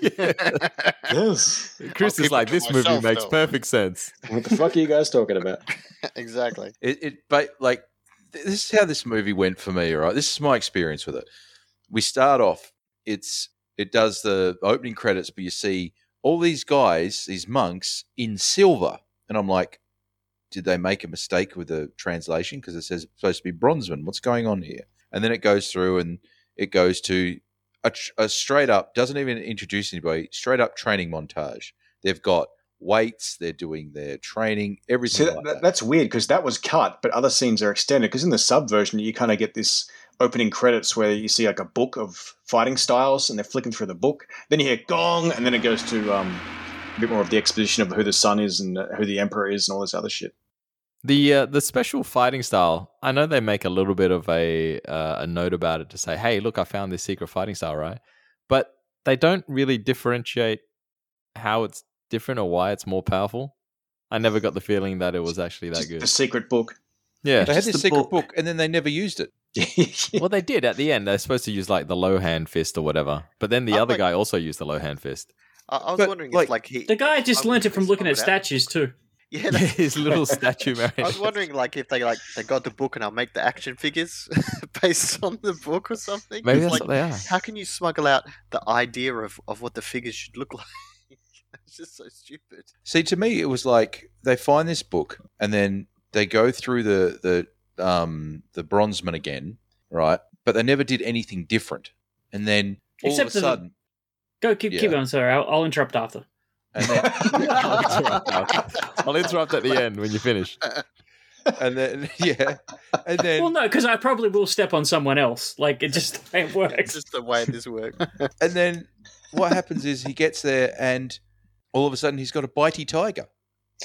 S9: Yes.
S5: Chris
S10: I'll keep
S5: is
S10: it
S5: like,
S10: to
S5: this movie
S10: myself,
S5: makes
S10: though."
S5: perfect sense.
S9: what the fuck are you guys talking about?
S10: exactly.
S6: it, it but like th- this is how this movie went for me right this is my experience with it we start off it's it does the opening credits but you see all these guys these monks in silver and i'm like did they make a mistake with the translation because it says it's supposed to be bronzeman what's going on here and then it goes through and it goes to a, tr- a straight up doesn't even introduce anybody. Straight up training montage. They've got weights. They're doing their training.
S9: See,
S6: Everything.
S9: that,
S6: like
S9: that-
S6: that.
S9: that's weird because that was cut, but other scenes are extended. Because in the sub version, you kind of get this opening credits where you see like a book of fighting styles, and they're flicking through the book. Then you hear gong, and then it goes to um, a bit more of the exposition of who the sun is and uh, who the emperor is, and all this other shit.
S5: The uh, the special fighting style. I know they make a little bit of a uh, a note about it to say, "Hey, look, I found this secret fighting style," right? But they don't really differentiate how it's different or why it's more powerful. I never got the feeling that it was actually that
S9: Just
S5: good.
S9: The secret book.
S5: Yeah.
S6: they had
S7: just
S6: this
S7: the
S6: secret book.
S7: book.
S6: and then they never used it.
S5: well, they did at the end. They're supposed to use like the low hand fist or whatever, but then the
S10: I'm
S5: other
S10: like-
S5: guy also used the low hand fist.
S10: I, I was
S6: But,
S10: wondering
S6: like,
S10: if like he
S8: The guy just
S10: I
S8: learnt it
S10: wouldn't
S8: from looking at
S10: just thumb it out.
S8: statues too.
S10: Yeah, that's-
S5: His little statue
S10: I was
S5: marionette.
S10: wondering like if they like they got the book and I'll make the action figures based on the book or something.
S5: Maybe
S10: It's
S5: that's
S10: like,
S5: what they are.
S10: how can you smuggle out the idea of, of what the figures should look like? it's just so stupid.
S6: See, to me, it was like they find this book and then they go through the the um the bronzeman again, right? But they never did anything different. And then all
S8: Except
S6: of
S8: for
S6: a
S8: the-
S6: sudden,
S8: Go, keep,
S6: Yeah.
S8: keep going, sir. I'll, I'll interrupt after.
S6: and then
S5: I'll interrupt after. I'll interrupt at the end when you finish.
S6: and then yeah, and
S5: Um,
S6: then
S8: well, no, because I probably will step on someone else. Like, it just it
S10: It's
S8: works.
S10: just the way this works.
S6: and then what happens is he gets there and all of a sudden he's got a bitey tiger.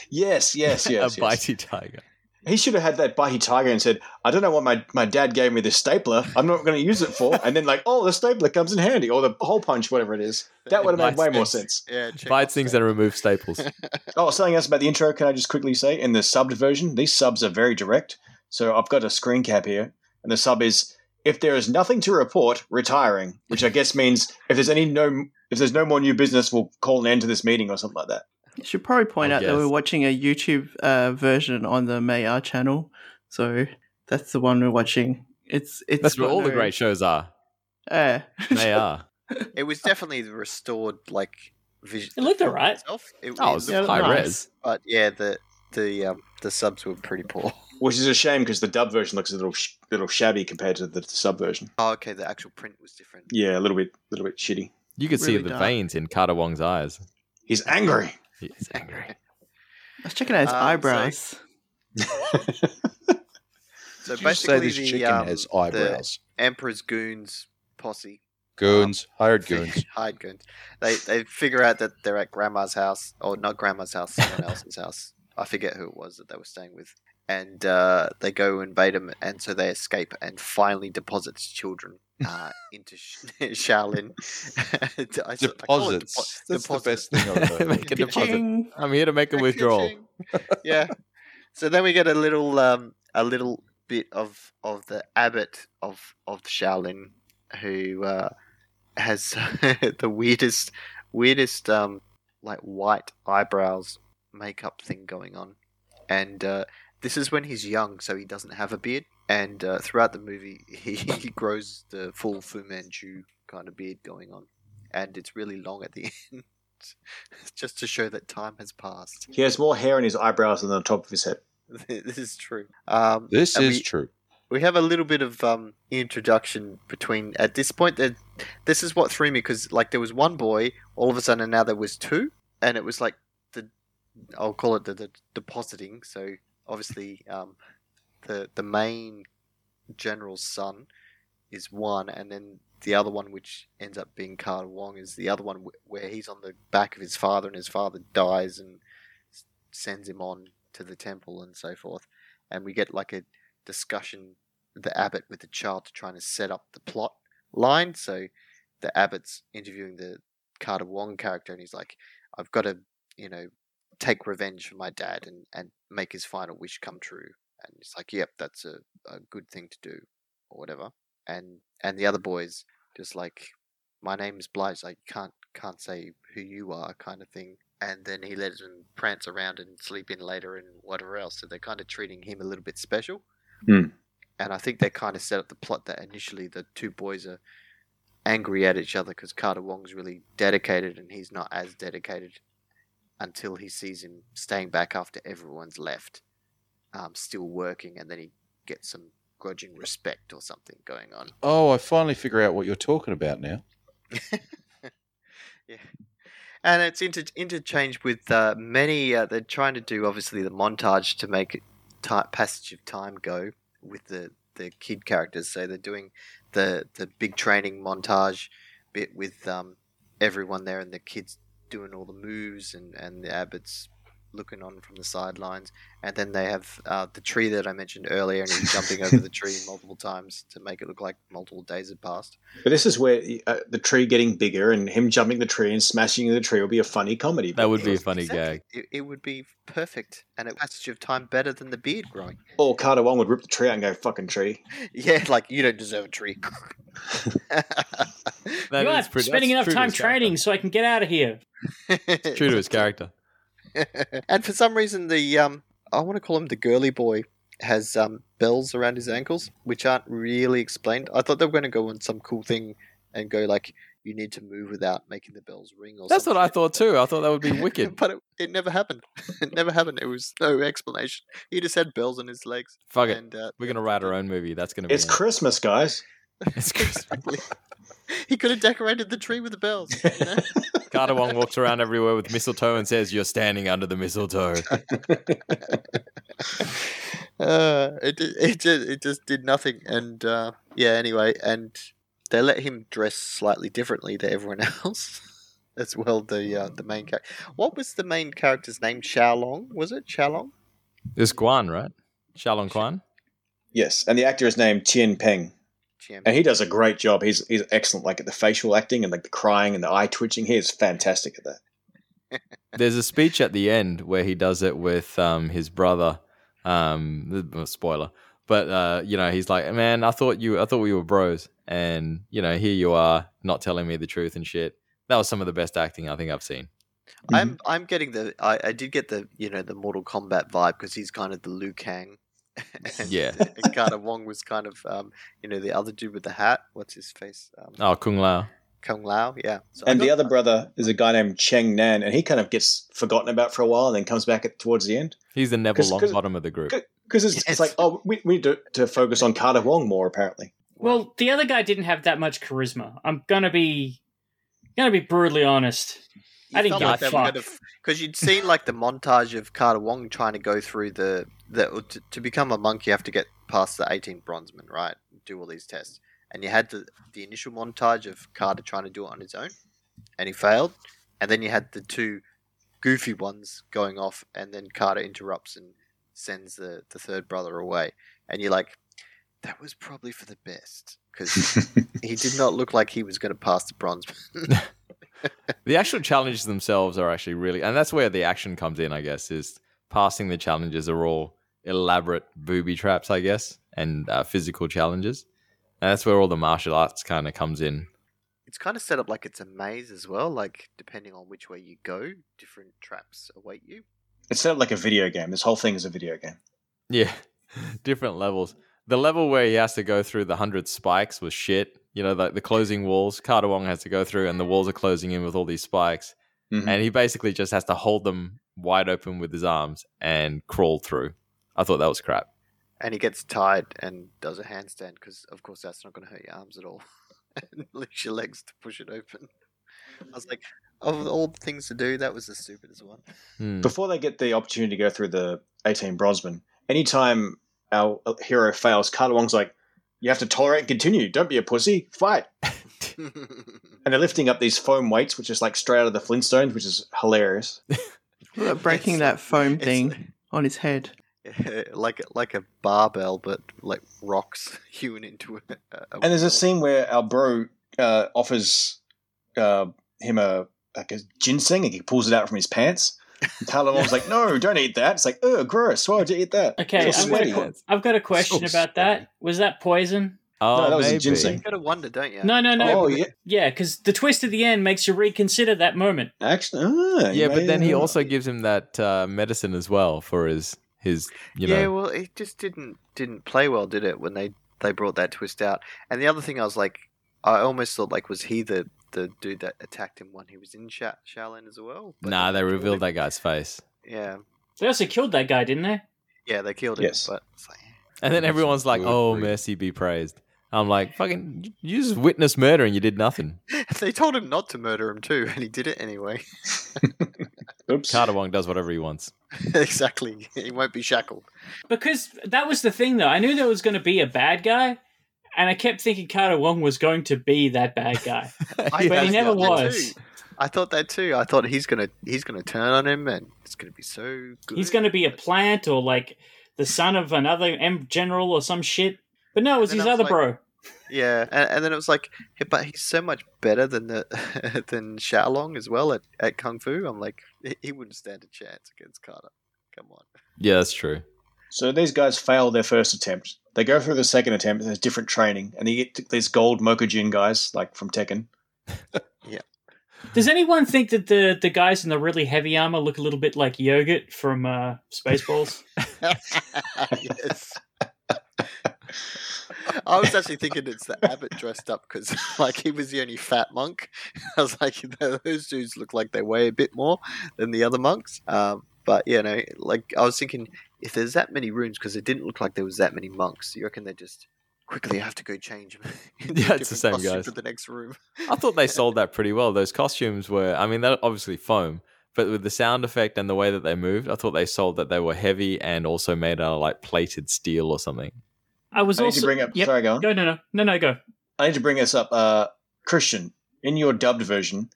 S9: yes, yes, yes. yes.
S5: a bitey tiger.
S9: He should have had that bitey tiger and said, I don't know what my, my dad gave me this stapler. I'm not going to use it for. And then, like, oh, the stapler comes in handy or the hole punch, whatever it is. That would have
S5: bites
S9: made way more
S5: things.
S9: sense.
S10: Yeah, check
S5: Bites
S10: off
S5: things
S10: that.
S5: and remove staples.
S9: Oh, something else about the intro, can I just quickly say? In the subbed version, these subs are very direct. So I've got a screen cap here, and the sub is, if there is nothing to report, retiring, which I guess means if there's any no. If there's no more new business, we'll call an end to this meeting or something like that.
S7: You should probably point
S5: I
S7: out that we're
S5: guess.
S7: watching a YouTube uh, version on the Mayar channel, so that's the one we're watching. It's it's
S5: That's where
S7: got
S5: all the
S7: no-
S5: great shows are.
S7: Uh,
S5: They are.
S10: It was definitely the restored like vision.
S8: It looked alright.
S10: Itself. It, it
S5: Oh, it's
S10: looked
S5: high
S10: nice,
S5: res.
S10: But yeah, the the um, the subs were pretty poor.
S9: Which is a shame because the dub version looks a little sh- little shabby compared to the sub version.
S10: Oh, okay, the actual print was different.
S9: Yeah, a little bit, little bit shitty.
S5: You could see
S7: Really
S5: the
S7: dark.
S5: veins in Carter Wong's eyes.
S9: He's angry.
S5: He's angry.
S7: I was checking out his
S10: Um, so-
S7: eyebrows.
S10: So
S6: Did you
S10: basically,
S6: say this
S10: the,
S6: chicken
S10: um,
S6: has
S10: the
S6: eyebrows.
S10: Emperor's goons posse
S6: goons, hired
S10: fig-
S6: goons.
S10: hired goons. They they figure out that they're at grandma's house, or not grandma's house, someone else's house. I forget who it was that they were staying with, and uh, they go invade them, and so they escape and finally deposits children uh, into Sh- Shaolin. I s- I call it
S6: Deposits.
S10: depo-
S6: That's the
S10: deposit.
S6: best thing I've ever heard.
S5: Make a deposit.
S7: Ching.
S5: I'm here to make a withdrawal.
S10: yeah. So then we get a little um a little bit of of the abbot of of Shaolin who uh has the weirdest weirdest um like white eyebrows makeup thing going on. And uh this is when he's young so he doesn't have a beard and uh, throughout the movie he, he grows the full Fu Manchu kind of beard going on and it's really long at the end just to show that time has passed.
S9: He has more hair in his eyebrows than on the top of his head.
S10: this is true. Um,
S6: This
S10: and
S6: is
S10: we,
S6: true.
S10: we have a little bit of um, introduction between at this point that this is what threw me because like there was one boy, all of a sudden now there was two, and it was like the I'll call it the, the depositing. So obviously um, the the main general's son is one, and then the other one, which ends up being Carter Wong, is the other one wh- where he's on the back of his father, and his father dies and s- sends him on to the temple and so forth. And we get like a discussion, the abbot with the child, to trying to set up the plot line. So the abbot's interviewing the Carter Wong character, and he's like, "I've got to, you know, take revenge for my dad and and make his final wish come true." And it's like, "Yep, that's a, a good thing to do." or whatever. And and the other boys just like, my name's Blige. Like can't can't say who you are, kind of thing. And then he lets them prance around and sleep in later and whatever else. So they're kind of treating him a little bit special.
S9: Hmm.
S10: And I think they kind of set up the plot that initially the two boys are angry at each other because Carter Wong's really dedicated and he's not as dedicated until he sees him staying back after everyone's left, um, still working, and then he gets some grudging respect or something going on.
S6: Oh, I finally figure out what you're talking about now.
S10: yeah. And it's inter- interchanged with uh, many. Uh, they're trying to do obviously the montage to make ti passage of time go with the the kid characters. So they're doing the the big training montage bit with um, everyone there and the kids doing all the moves and and the Abbots looking on from the sidelines. And then they have uh, the tree that I mentioned earlier, and he's jumping over the tree multiple times to make it look like multiple days have passed.
S9: But this is where uh, the tree getting bigger and him jumping the tree and smashing the tree will be a funny comedy.
S5: That would be a
S10: Yes,
S5: funny
S10: exactly.
S5: gag.
S10: It, it would be perfect, and a passage of time better than the beard growing.
S9: Or Carter One would rip the tree out and go, fucking tree.
S10: Yeah, like you don't deserve a tree.
S5: That
S8: You're
S5: is
S8: not
S5: pretty-
S8: spending
S5: that's
S8: enough
S5: true to
S8: time
S5: his character.
S8: training so I can get out of here.
S5: True to his character.
S10: and for some reason, the um, I want to call him the girly boy has um, bells around his ankles, which aren't really explained. I thought they were going to go on some cool thing and go like, you need to move without making the bells ring. Or
S5: That's
S10: some
S5: what I
S10: shit.
S5: thought too. I thought that would be wicked.
S10: but it, it never happened. It never happened. It was no explanation. He just had bells on his legs.
S5: Fuck it.
S10: And, uh,
S5: We're gonna write our own movie. That's gonna be
S9: It's
S5: it.
S9: Christmas, guys.
S5: It's Chris.
S10: he could have decorated the tree with the bells. you know?
S5: Carter Wong walks around everywhere with mistletoe and says, "You're standing under the mistletoe."
S10: uh, it ju- it just it just did nothing, and uh, yeah. Anyway, and they let him dress slightly differently to everyone else, as well. The uh, the main character. What was the main character's name? Xiaolong was it? Xiaolong.
S5: It's Guan, right? Shalom Guan.
S9: Yes. And the actor is named Tien Peng.
S10: Jim.
S9: And he does a great job. He's he's excellent, like at the facial acting and like the crying and the eye twitching. He is fantastic at that.
S5: There's a speech at the end where he does it with um, his brother. Um, th- well, spoiler, but uh, you know he's like, "Man, I thought you, I thought we were bros, and you know here you are, not telling me the truth and shit." That was some of the best acting I think I've seen.
S10: I'm I'm getting the I, I did get the you know the Mortal Kombat vibe because he's kind of the Liu Kang. and, uh,
S5: Yeah.
S10: and Carter Wong was kind of um, you know the other dude with the hat. What's his face? Um,
S5: Oh, Kung Lao.
S10: Kung Lao. Yeah. So I
S9: And the
S10: got-
S9: other brother is a guy named Cheng Nan, and he kind of gets forgotten about for a while and then comes back at, towards the end.
S5: He's the Neville
S9: 'Cause- 'cause-
S5: Longbottom of the group.
S9: Because it's,
S10: Yes.
S9: it's like, oh, we, we need to, to focus on Carter Wong more, apparently.
S8: Well, the other guy didn't have that much charisma. I'm gonna be gonna be brutally honest. I didn't give a fuck.
S10: because you'd seen like the montage of Carter Wong trying to go through the the to, to become a monk you have to get past the 18 bronzeman right do all these tests and you had the the initial montage of Carter trying to do it on his own and he failed and then you had the two goofy ones going off and then Carter interrupts and sends the the third brother away and you're like that was probably for the best because he did not look like he was going to pass the bronzeman
S5: The actual challenges themselves are actually really, and that's where the action comes in, I guess, is passing the challenges are all elaborate booby traps, I guess, and uh, physical challenges. And that's where all the martial arts kind of comes in.
S10: it's kind of set up like it's a maze as well. Like depending on which way you go, different traps await you.
S9: It's set up like a video game. This whole thing is a video game.
S5: Yeah, different levels. The level where he has to go through the hundred spikes was shit. You know, like the closing walls, Carter Wong has to go through, and the walls are closing in with all these spikes.
S9: Mhm.
S5: And he basically just has to hold them wide open with his arms and crawl through. I thought that was crap.
S10: And he gets tired and does a handstand because, of course, that's not going to hurt your arms at all. and lifts your legs to push it open. I was like, of all the things to do, that was the stupidest one.
S5: Hmm.
S9: Before they get the opportunity to go through the 18 bronzemen, anytime our hero fails, Carter Wong's like, you have to tolerate and continue. Don't be a pussy. Fight. And they're lifting up these foam weights, which is like straight out of the Flintstones, which is hilarious.
S7: What about breaking that foam thing on his head?
S10: like like a barbell, but like rocks hewn into it.
S9: And there's a scene where our bro uh, offers uh, him a like a ginseng, and he pulls it out from his pants. And Carla Wong's like, "No, don't eat that." It's like, "Oh, gross! Why would you eat that?"
S8: Okay,
S9: It's all
S8: I'm gonna
S9: sweaty.
S8: qu- I've got a question about that. Was that poison?
S5: Oh,
S9: that was a
S5: maybe.
S10: You
S9: ginseng.
S10: gotta wonder, don't you?
S8: No, no, no.
S9: oh, yeah,
S8: Yeah, because the twist at the end makes you reconsider that moment.
S9: actually, ah, you
S5: yeah, but
S9: may-
S5: then he also gives him that uh, medicine as well for his his you
S10: yeah,
S5: know.
S10: well, it just didn't didn't play well, did it? When they they brought that twist out, and the other thing I was like, I almost thought like, was he the the dude that attacked him when he was in Sha- Shaolin as well? But
S5: nah, they revealed that guy's face,
S10: Yeah,
S8: They also killed that guy, didn't they?
S10: yeah, they killed him.
S9: Yes.
S10: But it's like,
S5: and then
S6: That's
S5: everyone's like,
S6: good
S5: "Oh,
S6: grief.
S5: mercy be praised." I'm like, fucking, you just witnessed murder and you did nothing.
S10: they told him not to murder him too, and he did it anyway.
S9: Oops.
S5: Carter Wong does whatever he wants.
S10: exactly. He won't be shackled.
S8: Because that was the thing, though. I knew there was going to be a bad guy, and I kept thinking Carter Wong was going to be that bad guy.
S10: I,
S8: But he
S10: I
S8: never
S10: thought that
S8: was.
S10: too. I thought that too. I thought he's gonna he's gonna turn on him, and it's gonna be so good.
S8: He's going to be a plant or like the son of another em- general or some shit. But no, it was
S10: And
S8: his
S10: then I was
S8: other
S10: like-
S8: bro.
S10: yeah. And, and then it was like, "Hey, but he's so much better than the than Xiaolong as well at, at kung fu. I'm like, he- he wouldn't stand a chance against Carter. Come on.
S5: Yeah, that's true.
S9: So these guys fail their first attempt. They go through the second attempt. and There's different training, and you get these gold Mokujin guys, like from Tekken.
S8: Does anyone think that the the guys in the really heavy armor look a little bit like yogurt from uh, Spaceballs?
S10: yes. I was actually thinking it's the abbot dressed up because, like, he was the only fat monk. I was like, those dudes look like they weigh a bit more than the other monks. Um, but you know, like, I was thinking if there's that many rooms because it didn't look like there was that many monks. You reckon they just quickly have to go change them? into a
S5: Yeah, it's the
S10: different
S5: same
S10: costume
S5: guys.
S10: for the next room.
S5: I thought they sold that pretty well. Those costumes were, I mean, they're obviously foam, but with the sound effect and the way that they moved, I thought they sold that they were heavy and also made out of like plated steel or something.
S8: I was
S9: I need
S8: also
S9: to bring up.
S8: Yep.
S9: Sorry, go on.
S8: Go no no no no go.
S9: I need to bring this up. Uh, Christian, in your dubbed version,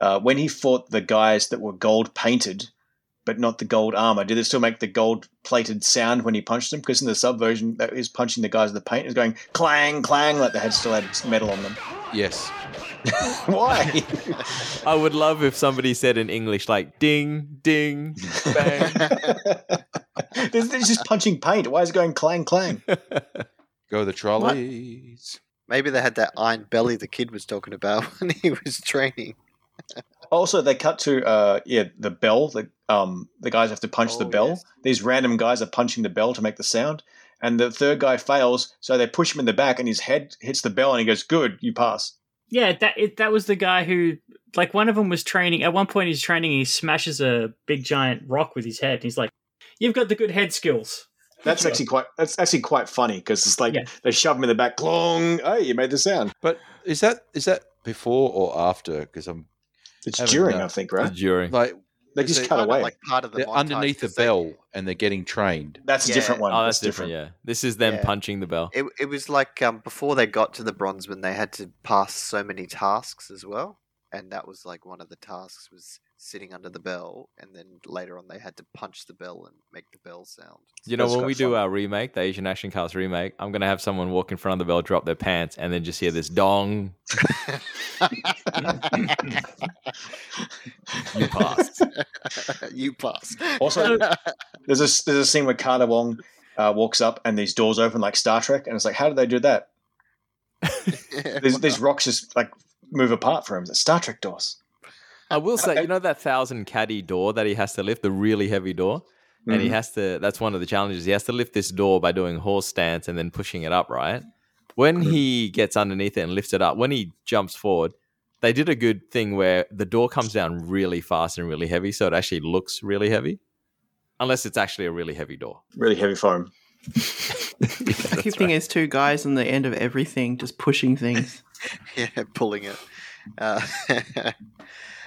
S9: uh, when he fought the guys that were gold painted, but not the gold armor, did it still make the gold plated sound when he punched them? Because in the sub version, that is punching the guys in the paint is going clang clang like they had still had metal on them.
S6: Yes.
S9: Why?
S5: I would love if somebody said in English, like, ding, ding, bang.
S9: this is just punching paint. Why is it going clang clang?
S6: Go the trolleys.
S10: Maybe they had that iron belly the kid was talking about when he was training.
S9: Also, they cut to uh, yeah the bell. The um the guys have to punch the
S10: Oh,
S9: bell.
S10: yes.
S9: These random guys are punching the bell to make the sound, and the third guy fails, so they push him in the back, and his head hits the bell, and he goes, "Good, you pass."
S8: Yeah, that it, that was the guy who like one of them was training. At one point, he's training. and He smashes a big giant rock with his head. And he's like, "You've got the good head skills."
S9: That's actually quite that's actually quite funny because it's like
S8: Yeah.
S9: they shove him in the back, clong. Hey, you made the sound.
S6: But is that is that before or after? Because I'm
S9: It's
S6: Haven't
S9: during,
S6: done.
S9: I think, right?
S5: During.
S6: like
S9: They
S6: Is
S9: just
S6: it-
S9: cut
S10: Kind of
S9: away.
S10: like part of the
S6: they're
S10: montage
S6: underneath the
S10: 'cause they-
S6: bell and they're getting trained.
S9: that's a
S10: Yeah.
S9: different one.
S5: Oh, that's different. Yeah. This is them
S10: Yeah.
S5: punching the bell.
S10: It, it was like um, before they got to the Bronzeman, they had to pass so many tasks as well, and that was like one of the tasks was sitting under the bell, and then later on they had to punch the bell and make the bell sound.
S5: You know,
S9: That's
S5: when
S9: quite
S5: we do
S9: fun.
S5: our remake, the Asian Action Cast remake, I'm going to have someone walk in front of the bell, drop their pants, and then just hear this dong. You passed.
S10: you pass.
S9: Also, there's a there's a scene where Carter Wong uh, walks up and these doors open like Star Trek, and it's like, how did they do that? These, these rocks just like move apart from him. It's Star Trek doors.
S5: I will say, you know that thousand caddy door that he has to lift, the really heavy door? And
S9: Mm. Mm-hmm.
S5: he has to, that's one of the challenges. He has to lift this door by doing horse stance and then pushing it up, right? When he gets underneath it and lifts it up, when he jumps forward, they did a good thing where the door comes down really fast and really heavy. So it actually looks really heavy, unless it's actually a really heavy door.
S9: Really heavy for him.
S7: I keep thinking it's two guys on the end of everything just pushing things.
S10: yeah, pulling it. Uh,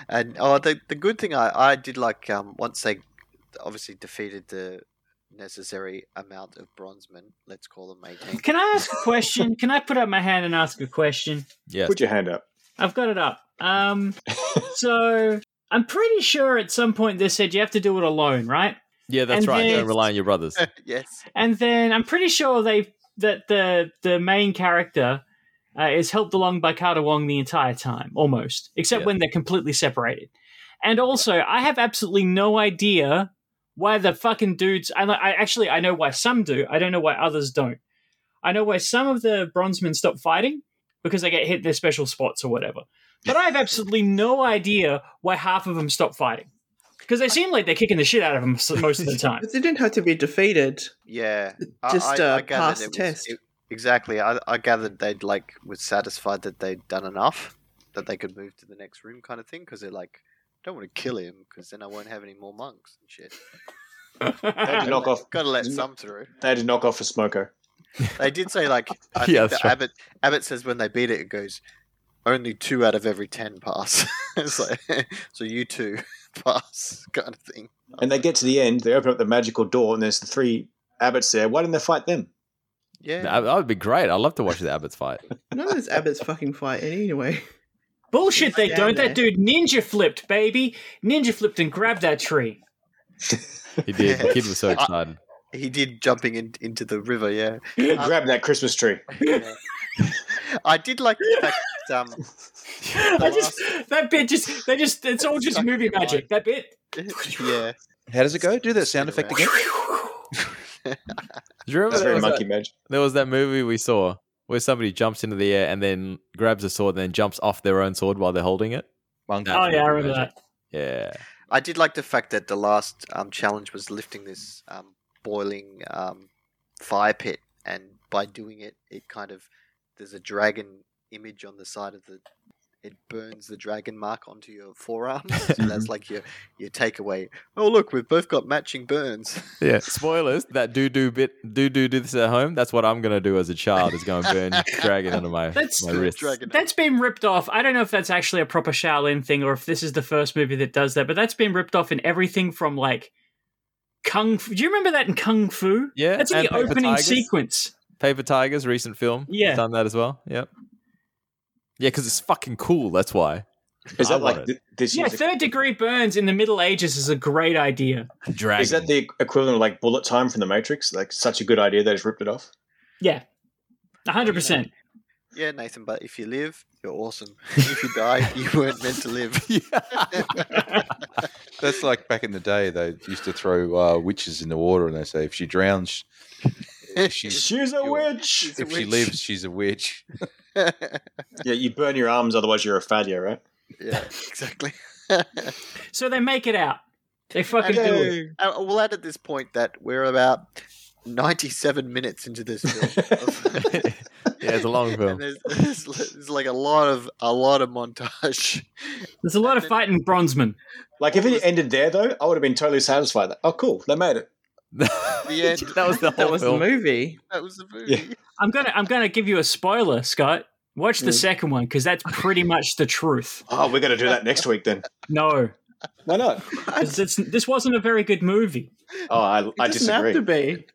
S10: and oh, the the good thing I, I did like um, once they obviously defeated the necessary amount of bronzemen, let's call them eighteen.
S8: Can I ask a question? Can I put up my hand and ask a question?
S5: Yes.
S9: Put your hand up.
S8: I've got it up. Um, so I'm pretty sure at some point they said you have to do it alone, right?
S5: Yeah, that's
S8: And
S5: right.
S8: then-
S5: Don't rely on your brothers.
S10: yes.
S8: And then I'm pretty sure they that the the main character uh, is helped along by Carter Wong the entire time, almost, except
S5: Yeah.
S8: when they're completely separated. And also, I have absolutely no idea why the fucking dudes. I, I actually I know why some do. I don't know why others don't. I know why some of the Bronzemen stop fighting because they get hit in their special spots or whatever. But I have absolutely no idea why half of them stop fighting because they seem like they're kicking the shit out of them most of the time.
S7: But they didn't have to be defeated.
S10: Yeah,
S7: Just, uh,
S10: gathered
S7: pass
S10: it
S7: the
S10: was-
S7: test.
S10: it- exactly. I, I gathered they'd like was satisfied that they'd done enough that they could move to the next room, kind of thing. Because they're like, don't want to kill him because then I won't have any more monks and shit.
S9: They had to knock off.
S10: Got to let
S9: Mm.
S10: some through.
S9: They had to knock off for Smoko.
S10: They did say like I
S5: Yeah,
S10: think
S5: that's
S10: that
S5: right.
S10: Abbott Abbott says when they beat it, it goes only two out of every ten pass. it's like so you two pass kind of thing.
S9: And they get to the end, they open up the magical door, and there's the three abbots there. Why didn't they fight them?
S10: Yeah.
S5: That, that would be great. I'd love to watch the Abbots fight.
S7: None of those abbots fucking fight anyway.
S8: Bullshit, they
S7: Yeah,
S8: don't.
S7: I know.
S8: That dude ninja flipped, baby. Ninja flipped and grabbed that tree.
S5: He did. The kid was so
S10: I-
S5: excited.
S10: He did jumping in, into the river, yeah.
S9: Grab that Christmas tree.
S10: Yeah. Uh, I did like the fact that um
S8: I just that bit just they just it's all just
S10: Stuck in
S8: movie
S10: your mind.
S8: magic. That bit.
S10: yeah.
S6: How does it go? Do that sound effect again.
S5: Do you remember
S9: That's
S5: there
S9: very
S5: was,
S9: monkey
S5: that,
S9: magic.
S5: there was that movie we saw where somebody jumps into the air and then grabs a sword and then jumps off their own sword while they're holding it?
S6: Monkey.
S8: Oh yeah, I remember that.
S5: Yeah.
S10: I did like the fact that the last um, challenge was lifting this um, boiling um, fire pit, and by doing it, it kind of there's a dragon image on the side of the. It burns the dragon mark onto your forearm, so that's like your your takeaway. Oh look, we've both got matching burns.
S5: Yeah. Spoilers, that do do bit do do do this at home, that's what I'm gonna do as a child is go and burn dragon under my,
S8: That's-
S5: my wrist.
S10: dragon.
S8: That's been ripped off. I don't know if that's actually a proper Shaolin thing or if this is the first movie that does that, but that's been ripped off in everything from like Kung Fu. Do you remember that in Kung Fu?
S5: Yeah,
S8: That's in
S5: and
S8: the
S5: Paper
S8: opening
S5: Tigers.
S8: sequence.
S5: Paper Tigers, recent film. has
S8: Yeah.
S5: Done that as well. Yep. Yeah, because it's fucking cool, that's why.
S9: Is
S5: I
S9: that like
S5: want
S9: th- this?
S8: Yeah,
S9: year's-
S8: third degree burns in the Middle Ages is a great idea.
S5: Dragon.
S9: Is that the equivalent of like bullet time from the Matrix? Like such a good idea they just ripped it off.
S8: Yeah. 100%.
S10: Yeah, Nathan. But if you live, you're awesome. if you die, you weren't meant to live.
S5: yeah.
S6: That's like back in the day. They used to throw uh, witches in the water, and they say if she drowns, she's
S9: She's a
S6: You-
S9: witch.
S10: a
S6: if she
S10: witch.
S6: lives, she's a witch.
S10: yeah,
S9: Yeah, you burn your arms, otherwise you're a failure, right?
S10: exactly.
S8: So they make it out. They fucking
S10: And,
S8: do it.
S10: uh, uh, we'll add at this point that we're about 97 minutes into this film.
S5: yeah, it's a long
S10: And
S5: film.
S10: there's, there's, there's like a lot of a lot of montage.
S8: There's a lot of fighting bronzemen.
S9: Like if it ended there though, I would have been totally satisfied. Like, oh, cool, they made it.
S10: end.
S5: that was the whole
S7: That was the
S5: film.
S7: movie.
S10: That was the movie.
S8: I'm gonna I'm gonna give you a spoiler, Scott. Watch the
S7: Mm.
S8: second one because that's pretty much the truth.
S9: Oh, we're gonna do that next week then.
S8: No,
S9: Why not?
S8: 'Cause it's, this wasn't a very good movie.
S9: Oh, I,
S7: It
S9: I
S7: doesn't have to
S9: disagree.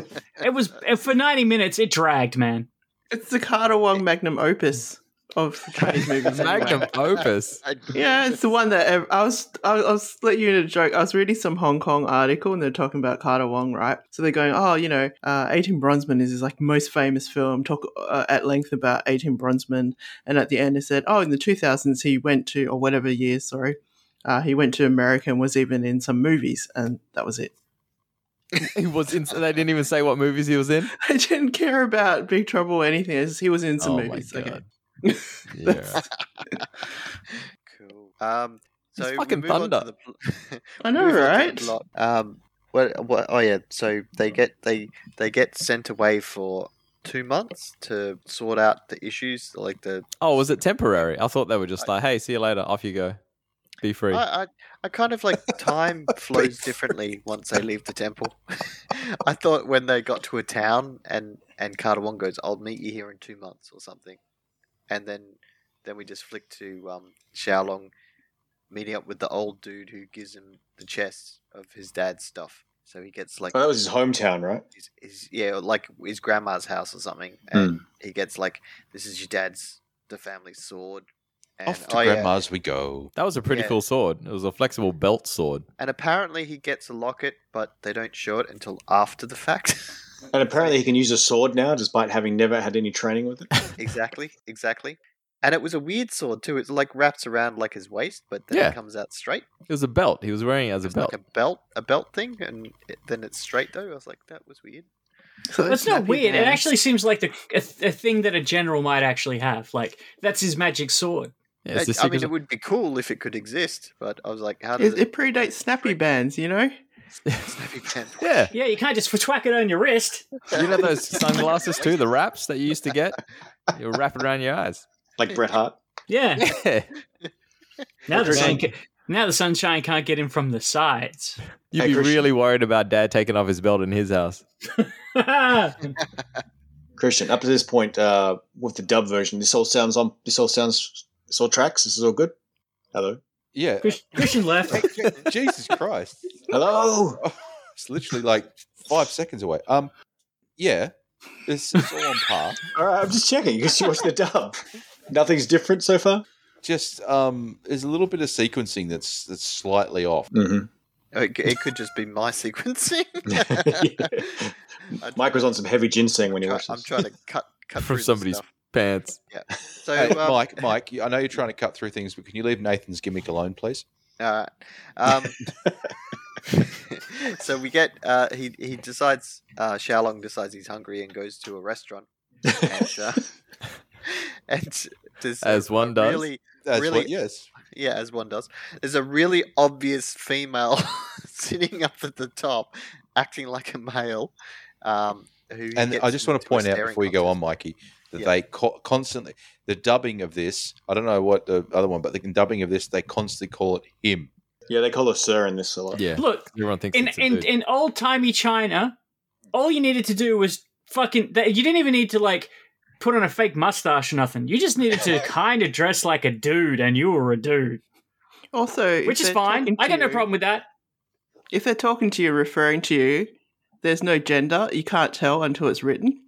S7: be.
S8: It was for 90 minutes. It dragged, man.
S7: It's the Carter Wong magnum opus of Chinese movies. anyway.
S5: Magnum opus.
S7: Yeah, it's the one that ev- I was. I was, I was let you in a joke. I was reading some Hong Kong article, and they're talking about Carter Wong, right? So they're going, "Oh, you know, uh, Eighteen Bronzemen is his like most famous film." Talk uh, at length about Eighteen Bronzemen, and at the end, it said, "Oh, in the two thousands, he went to or whatever year, sorry, uh, he went to America and was even in some movies, and that was it.
S5: He was in, they didn't even say what movies he was in.
S7: I didn't care about Big Trouble or anything. It's just he was in some
S5: oh
S7: movies.
S5: my
S7: Okay,
S5: god. Yeah.
S10: cool. Um, so
S5: It's
S10: we
S5: fucking
S10: move on to
S5: thunder.
S10: the pl-
S7: I know,
S10: move on to the
S7: right?
S10: plot. Um, what, what? Oh yeah. So they get they they get sent away for two months to sort out the issues, like the
S5: Oh, was it temporary? I thought they were just like, hey, see you later. Off you go. Be free.
S10: I, I, I kind of like time flows differently once they leave the temple. I thought when they got to a town and and Carter Wong goes, "I'll meet you here in two months" or something, and then then we just flick to um, Xiaolong meeting up with the old dude who gives him the chest of his dad's stuff. So he gets like
S9: Oh, that was his hometown, right?
S10: his, his yeah, like his grandma's house or something, and he gets like, "This is your dad's, the family sword." And,
S6: Off to
S10: oh, yeah.
S6: grandma's we go.
S5: that was a pretty
S10: yeah.
S5: cool sword. It was a flexible belt sword.
S10: And apparently he gets a locket, but they don't show it until after the fact.
S9: And apparently he can use a sword now, despite having never had any training with it.
S10: exactly, exactly. And it was a weird sword too. It like wraps around like his waist, but then
S5: Yeah.
S10: it comes out straight.
S5: It was a belt. He was wearing it as a
S10: It's
S5: belt.
S10: like a belt, a belt thing, and it, then it's straight though. I was like, that was weird.
S7: So
S8: That's not
S7: snappy
S8: weird. It
S7: hands.
S8: actually seems like the, a, a thing that a general might actually have. Like that's his magic sword.
S5: Yeah, it's
S10: Like,
S5: the
S10: I mean,
S5: secret-
S10: it would be cool if it could exist, but I was like, how does
S7: It,
S10: it?
S7: it predates snappy bands, you know.
S10: snappy pen?
S5: yeah.
S8: Yeah, you can't just thwack it on your wrist.
S5: You know those sunglasses too, the wraps that you used to get? You wrap it around your eyes.
S9: Like Bret Hart.
S8: Yeah.
S5: Yeah.
S8: Now they're
S9: Right.
S8: saying. Now the sunshine can't get in from the sides.
S5: You'd
S9: Hey,
S5: be
S9: Christian.
S5: really worried about dad taking off his belt in his house.
S8: That's
S9: Christian, up to this point, uh, with the dub version, this all sounds on. This all sounds. This all tracks. This is all good. Hello.
S6: Yeah.
S8: Christian- Christian left.
S6: Jesus Christ.
S9: Hello.
S6: It's literally like five seconds away. Um, yeah, it's, it's all on par.
S9: All right, I'm just checking because you watched the dub. Nothing's different so far.
S6: Just um, there's a little bit of sequencing that's that's slightly off.
S9: Mm-hmm.
S10: It, it could just be my sequencing. I-
S9: Mike was on some heavy ginseng when he
S10: try-
S9: watched
S10: I'm
S9: this.
S10: trying to cut cut
S5: From
S10: through the
S5: somebody's-
S10: stuff.
S5: Pants.
S10: So,
S6: Hey,
S10: um,
S6: Mike, Mike, you- I know you're trying to cut through things, but can you leave Nathan's gimmick alone, please?
S10: Alright. Um, so we get uh, he he decides uh, Xiaolong decides he's hungry and goes to a restaurant and uh, and does
S5: As one does.
S10: really
S6: That's
S10: Really?
S6: what, yes.
S10: yeah as one does there's a really obvious female sitting up at the top acting like a male. Um, who he
S6: And
S10: gets
S6: I just want
S10: into a
S6: to point out
S10: staring
S6: before you go on,
S10: contest.
S6: Mikey, that
S10: Yeah.
S6: they co- constantly the dubbing of this. I don't know what the other one, but the dubbing of this, they constantly call it him.
S9: yeah, they call her Sir in this a lot.
S5: Yeah.
S8: Look,
S5: Everyone thinks
S8: in
S5: it's a
S8: in,
S5: dude.
S8: in old timey China, all you needed to do was fucking. That, you didn't even need to like put on a fake mustache or nothing. You just needed to kind of dress like a dude, and you were a dude,
S7: Also, if
S8: which is
S7: they're
S8: fine.
S7: talking
S8: I
S7: to
S8: got no
S7: you-
S8: problem with that.
S7: If they're talking to you, referring to you, there's no gender. You can't tell until it's written.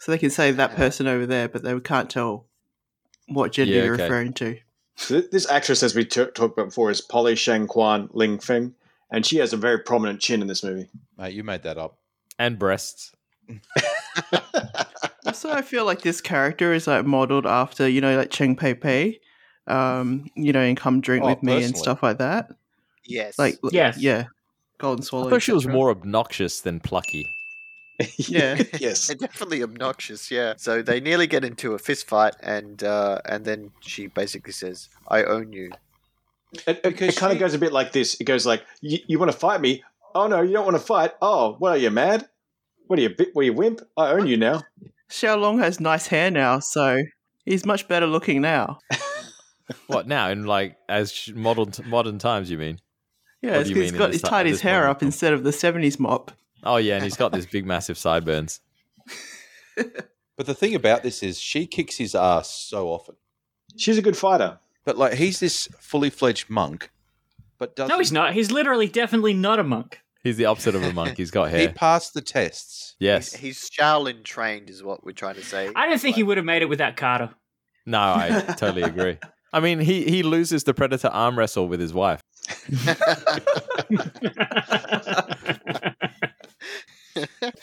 S7: So they can say that person over there, but they can't tell what gender
S5: Yeah,
S7: you're
S5: okay.
S7: referring to.
S9: So th- this actress, as we t- talked about before, is Polly Shang Quan Ling Feng, and she has a very prominent chin in this movie.
S6: Mate, you made that up.
S5: and breasts.
S7: Also, I feel like this character is like modeled after you know like Cheng Pei Pei, um, you know, and come drink
S6: Oh,
S7: with me and
S6: personally.
S7: stuff like that.
S10: Yes,
S7: Like
S8: Yes.
S7: yeah, Golden Swallow.
S5: I thought she was
S7: etc.
S5: more obnoxious than plucky.
S7: Yeah.
S9: yes.
S10: They're definitely obnoxious, yeah. So they nearly get into a fist fight, and uh, and then she basically says, "I own you."
S9: It, kind of goes a bit like this. It goes like, "You, you want to fight me? Oh no, you don't want to fight. Oh, what are you mad? What are you? bi- What are you wimp? I own you now."
S7: Xiao Long has nice hair now, so he's much better looking now.
S5: What now? In like as sh- modern modern times, you mean? What
S7: Yeah,
S5: do
S7: it's
S5: you
S7: 'cause
S5: mean
S7: he's
S5: in
S7: got
S5: this
S7: he's
S5: ti-
S7: tied his
S5: this
S7: hair
S5: modern
S7: up
S5: time?
S7: instead of the '70s mop.
S5: Oh yeah, and he's got this big massive sideburns.
S6: But the thing about this is, she kicks his ass so often.
S9: She's a good fighter.
S6: But like, he's this fully fledged monk, but doesn't.
S8: No, he's not. He's literally, definitely not a monk.
S5: He's the opposite of a monk. He's got
S6: He
S5: hair.
S6: passed the tests.
S5: Yes.
S10: He's, he's Shaolin trained, is what we're trying to say.
S8: I don't think he would have made it without Carter.
S5: No, I totally agree. I mean, he he loses the predator arm wrestle with his wife.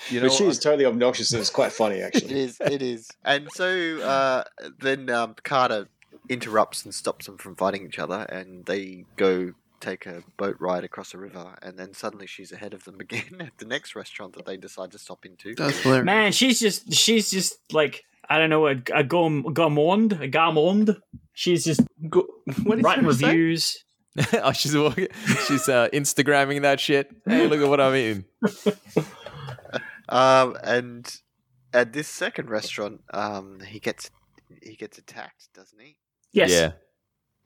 S6: You know,
S9: But she's totally obnoxious, and it's quite funny
S10: it
S9: actually.
S10: is, it is. And so uh, then um, Carter interrupts and stops them from fighting each other, and they go take a boat ride across a river, and then suddenly she's ahead of them again at the next restaurant that they decide to stop into.
S7: That's hilarious.
S8: Man, she's just, she's just like, I don't know, a, a gourm- gourmand, a gourmand. She's just
S7: Go- what did
S8: writing
S7: you say?
S8: reviews.
S5: oh, she's walking, she's uh, Instagramming that shit. Hey, look at what I'm eating.
S10: Um, and at this second restaurant, um, he gets he gets attacked, doesn't he?
S8: Yes.
S5: Yeah.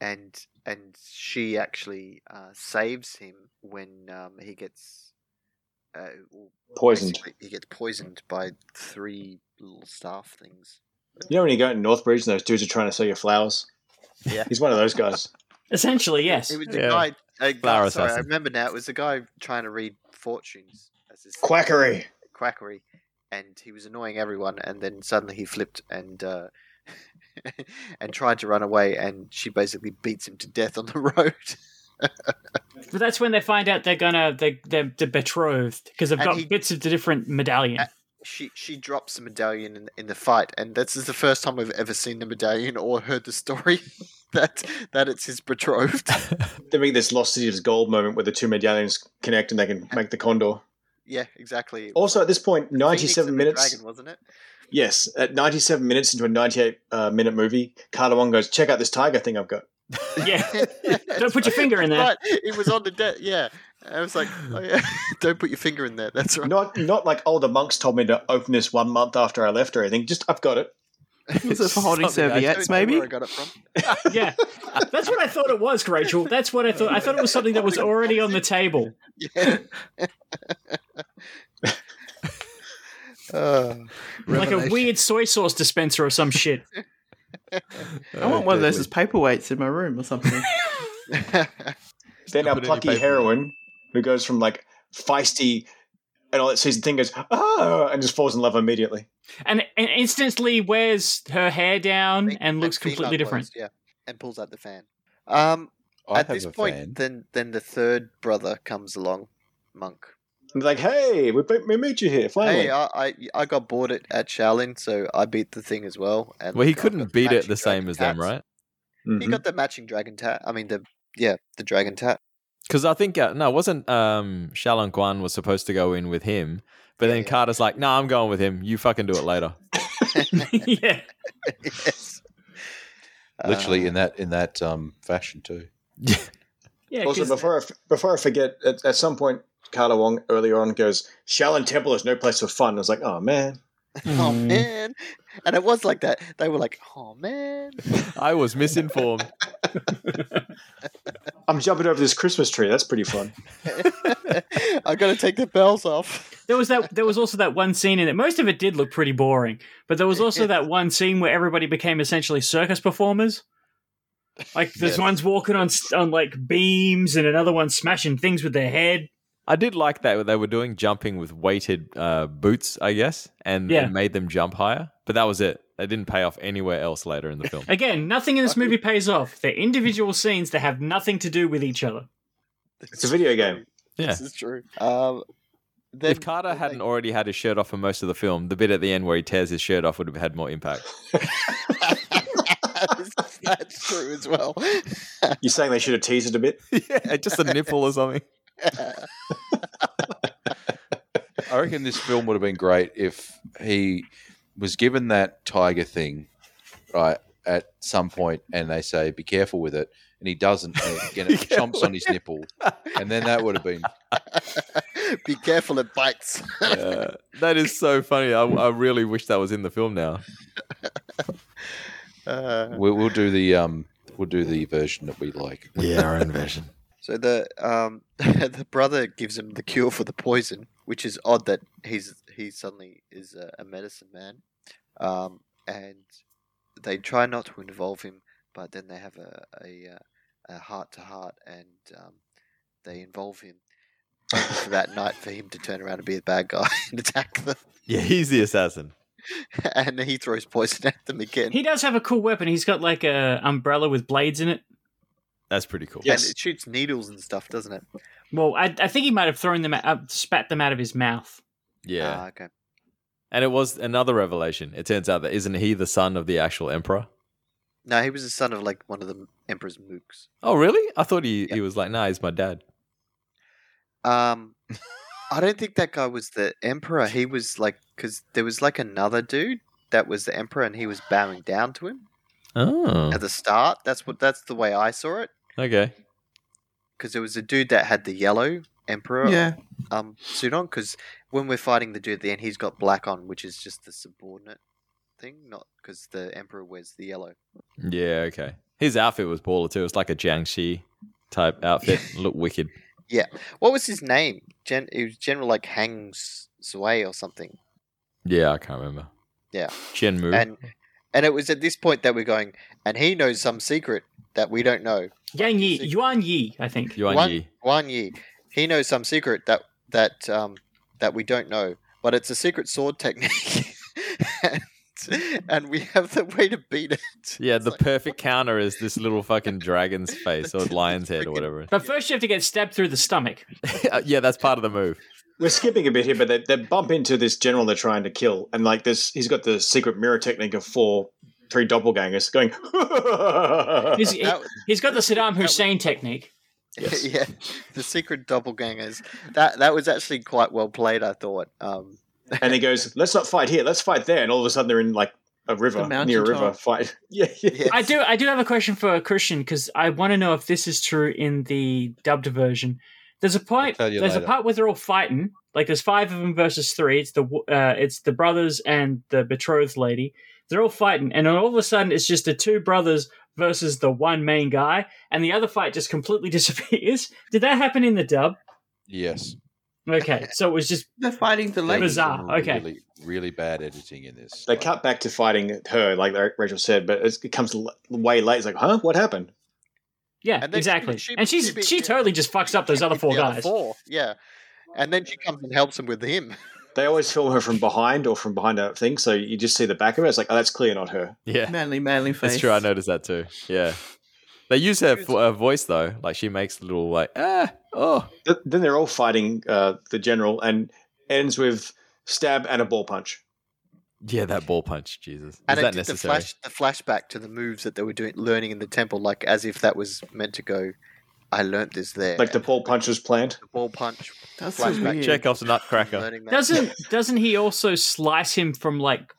S10: and and she actually uh, saves him when um, he gets uh, well,
S9: Poisoned.
S10: basically He gets poisoned by three little staff things.
S9: You know when you go out in Northbridge and those dudes are trying to sell you flowers?
S10: Yeah.
S9: He's one of those guys.
S8: Essentially, yes.
S10: It was a
S5: Yeah.
S10: guy. A guy
S5: Flower
S10: sorry, I
S5: assassin.
S10: remember now. It was a guy trying to read fortunes as his
S9: Quackery.
S10: quackery, and he was annoying everyone. And then suddenly he flipped and. Uh, and tried to run away, and she basically beats him to death on the road.
S8: But that's when they find out they're gonna they they're, they're betrothed because they've
S10: And
S8: got
S10: he- Uh,
S8: bits of the different medallion.
S10: And- she she drops the medallion in, in the fight, and this is the first time I've ever seen the medallion or heard the story that that it's his betrothed.
S9: They make this Lost City of Gold moment where the two medallions connect and they can make the condor.
S10: yeah, exactly.
S9: Also, at this point,
S10: Phoenix
S9: 97
S10: and the
S9: minutes.
S10: dragon, wasn't it?
S9: Yes, at 97 minutes into a 98 uh, minute movie, Carter Wong goes, check out this tiger thing I've got.
S8: yeah, don't put your finger in there.
S10: Right, it was on the debt. Yeah, I was like, oh yeah, don't put your finger in there. That's right.
S9: Not not like, oh, the monks told me to open this one month after I left or anything. Just, I've got it.
S7: Was it for holding
S5: Something I
S7: serviettes,
S10: Don't know
S7: maybe?
S10: Where I got it from?
S8: Yeah, that's what I thought it was, Rachel. That's what I thought. I thought it was something that was already on the table.
S10: Yeah. uh,
S8: Like a
S10: revelation.
S8: weird soy sauce dispenser or some shit.
S7: I want one of those as paperweights in my room or something.
S9: Then
S5: Put it
S9: our
S5: in
S9: plucky
S5: your paper.
S9: heroine, who goes from like feisty and all that season thing, goes ah and just falls in love immediately.
S8: and, and instantly wears her hair down
S10: Make-
S8: and
S10: make
S8: looks
S10: female
S8: completely different.
S10: clothes, yeah, and pulls out the fan. Um,
S6: I
S10: at
S6: have
S10: this
S6: a
S10: point,
S6: fan.
S10: then then the third brother comes along, monk.
S9: And they're like, hey, we, we meet you here finally.
S10: Hey, uh, I, I I got bored at, at Shaolin, so I beat the thing as well. And
S5: Well, he
S10: I got
S5: couldn't
S10: the
S5: beat it
S10: matching
S5: the same
S10: dragon
S5: as them,
S10: tats.
S5: right?
S10: He
S5: Mm-hmm.
S9: Mhm.
S10: got the matching dragon tat. I mean, the yeah, the dragon tat.
S5: Because I think uh, no, wasn't um, Shaolin Guan was supposed to go in with him, but
S10: Yeah,
S5: then
S10: yeah.
S5: Carter's like, "No, nah, I'm going with him. You fucking do it later."
S8: yeah,
S10: yes.
S6: Literally
S10: Uh,
S6: in that in that um, fashion too.
S8: yeah.
S9: also,
S8: 'cause-
S9: before I, f- before I forget, at, at some point, Carla Wong earlier on goes, Shaolin Temple is no place for fun. I was like, oh man.
S10: Oh man, and it was like that. They were like, "Oh man,
S5: I was misinformed.
S9: I'm jumping over this Christmas tree. That's pretty fun.
S10: I got to take the bells off."
S8: there was that. There was also that one scene in it. Most of it did look pretty boring, but there was also that one scene where everybody became essentially circus performers. Like this one's walking on s- on like beams, and another one's smashing things with their head.
S5: I did like that they were doing jumping with weighted uh, boots, I guess, and
S8: Yeah.
S5: it made them jump higher. But that was it. They didn't pay off anywhere else later in the film.
S8: Again, nothing in this movie pays off. They're individual scenes that have nothing to do with each other.
S9: It's a video game.
S5: Yeah.
S10: This is true. Um, then,
S5: If Carter
S10: then they-
S5: hadn't already had his shirt off for most of the film, the bit at the end where he tears his shirt off would have had more impact.
S10: that's true as well.
S9: You're saying they should have teased it a bit?
S5: yeah, just a nipple or something.
S6: I reckon this film would have been great if he was given that tiger thing, right, at some point, and they say, "Be careful with it," and he doesn't, and it, you know,
S5: Be
S6: chomps on his nipple, and then that would have been
S10: Be careful, it bites.
S5: Uh, that is so funny. I, I really wish that was in the film now.
S10: Uh,
S6: we'll, we'll do the um we'll do the version that we like.
S5: Yeah, our own version.
S10: so the um, the brother gives him the cure for the poison, which is odd that he's he suddenly is a, a medicine man, um, and they try not to involve him, but then they have a a, uh, a heart to heart, and um, they involve him for that night for him to turn around and be the bad guy and attack them,
S5: Yeah, he's the assassin.
S10: and he throws poison at them again.
S8: He does have a cool weapon. He's got like a umbrella with blades in it.
S5: That's pretty cool.
S9: Yeah.
S10: And it shoots needles and stuff, doesn't it?
S8: Well, I, I think he might have thrown them, out, spat them out of his mouth.
S5: Yeah.
S10: Ah, okay.
S5: and it was another revelation. It turns out that isn't he the son of the actual emperor?
S10: No, he was the son of like one of the emperor's mooks.
S5: Oh, really? I thought he,
S10: Yeah.
S5: he was like, nah, he's my dad.
S10: Um, I don't think that guy was the emperor. He was like because there was like another dude that was the emperor, and he was bowing down to him
S5: Oh,
S10: at the start. That's what that's the way I saw it.
S5: okay.
S10: Because there was a dude that had the yellow emperor
S7: yeah.
S10: um suit on. Because when we're fighting the dude at the end, he's got black on, which is just the subordinate thing, not because the emperor wears the yellow.
S5: Yeah, okay. His outfit was baller too. It was like a Jiangxi type outfit. Looked wicked.
S10: What was his name? Gen- it was General like Hang Sui or something.
S5: Yeah, I can't remember.
S10: Yeah.
S5: Shenmue.
S10: and and it was at this point that we're going and he knows some secret that we don't know
S8: Yang Yi,
S10: Sick.
S8: Yuan Yi, I think.
S5: Yuan
S10: One-
S5: Yi.
S10: Guan Yi he knows some secret that that um that we don't know but it's a secret sword technique and, and we have the way to beat it
S5: Yeah,
S10: It's
S5: the
S10: like,
S5: perfect counter is this little fucking dragon's face or
S10: The
S5: lion's head or
S10: freaking-
S5: whatever.
S8: But first, you have to get stabbed through the stomach.
S5: yeah, that's part of the move.
S9: We're skipping a bit here, but they, they bump into this general they're trying to kill, and like this, he's got the secret mirror technique of four, three doppelgangers going.
S8: He's, he,
S10: that-
S8: has got the Saddam Hussein technique.
S9: Yes.
S10: yeah the secret doppelgangers that that was actually quite well played i thought um
S9: and he goes, "Let's not fight here. Let's fight there." And all of a sudden, they're in like a river
S7: The
S9: near a river
S7: mountaintop.
S9: fight. yeah, yeah.
S10: yes.
S8: I do, I do have a question for Christian because I want to know if this is true in the dubbed version. There's a point.
S6: I'll tell you
S8: There's a
S6: later.
S8: part where they're all fighting, Like there's five of them versus three. It's the w- uh, it's the brothers and the betrothed lady. They're all fighting, and all of a sudden it's just the two brothers versus the one main guy, and the other fight just completely disappears. Did that happen in the dub?
S6: Yes.
S8: Okay, so it was just
S7: They're fighting the
S6: They did
S7: ladies.
S8: Bizarre.
S6: some
S8: okay.
S6: Really, really bad editing in this.
S9: They
S6: Like,
S9: cut back to fighting her, like Rachel said, but it's, it comes l- way late. It's like, huh? What happened?
S8: yeah,
S10: And then she-
S8: exactly.
S10: she-
S8: and she's
S10: she beat-
S8: she totally just fucks up those other four
S10: The
S8: guys.
S10: four, yeah. And then she comes and helps him with him.
S9: They always film her from behind or from behind a thing, so you just see the back of her. It's like, oh, that's clear, not her.
S5: Yeah,
S7: Manly, manly face.
S5: that's true. I noticed that too. Yeah, they use her, fo- her voice though. Like she makes little like ah oh
S9: Th- Then they're all fighting uh, the general, and ends with stab and a ball punch.
S5: yeah that ball punch. Jesus, is
S10: And it
S5: that
S10: did the,
S5: necessary?
S10: flash, the flashback to the moves that they were doing, learning in the temple, like as if that was meant to go, I learnt this there.
S9: Like the ball punch was planned.
S10: The ball punch.
S7: That's so
S10: Flashback
S7: weird.
S5: Check off the nutcracker.
S10: Learning that.
S8: Doesn't doesn't he also slice him from like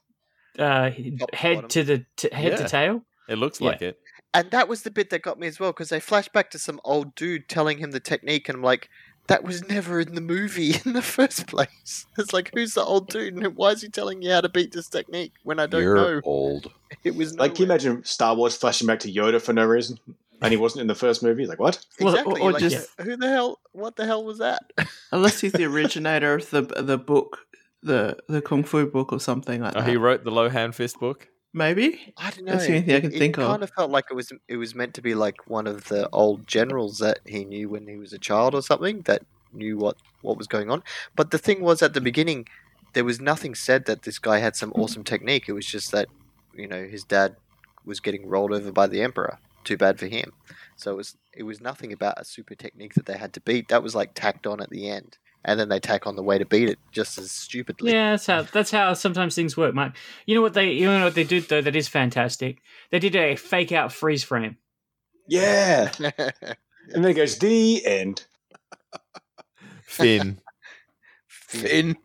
S8: uh,
S10: Top to
S8: head
S10: bottom.
S8: to the t- head
S5: Yeah.
S8: to tail?
S5: It looks
S8: Yeah.
S5: like it.
S10: And that was the bit that got me as well, because they flash back to some old dude telling him the technique, and I'm like, that was never in the movie in the first place. It's like, who's the old dude, and why is he telling you how to beat this technique when I don't
S6: you're
S10: know?
S6: old.
S10: It was
S9: Like, can you
S10: nowhere.
S9: imagine Star Wars flashing back to Yoda for no reason? And he wasn't in the first movie. He's like, what?
S7: Well, or-
S10: exactly.
S7: or
S10: like,
S7: just-
S10: who the hell? What the hell was that?
S7: Unless he's the originator of the the book, the the kung fu book or something like
S5: Oh,
S7: that.
S10: Uh,
S5: he wrote the Lohan Fist book.
S7: Maybe.
S10: I don't know.
S7: That's the only thing I can
S10: it
S7: think of.
S10: kind of felt like it was it was meant to be like one of the old generals that he knew when he was a child or something that knew what what was going on. But the thing was at the beginning, there was nothing said that this guy had some awesome technique. It was just that you know his dad was getting rolled over by the emperor. Too bad for him. So it was it was nothing about a super technique that they had to beat. That was like tacked on at the end, and then they tack on the way to beat it just as stupidly.
S8: Yeah, that's how that's how sometimes things work, Mike. You know what they you know what they did though that is fantastic. They did a fake out freeze frame.
S9: Yeah. And then it goes, the end.
S5: Finn.
S6: Finn.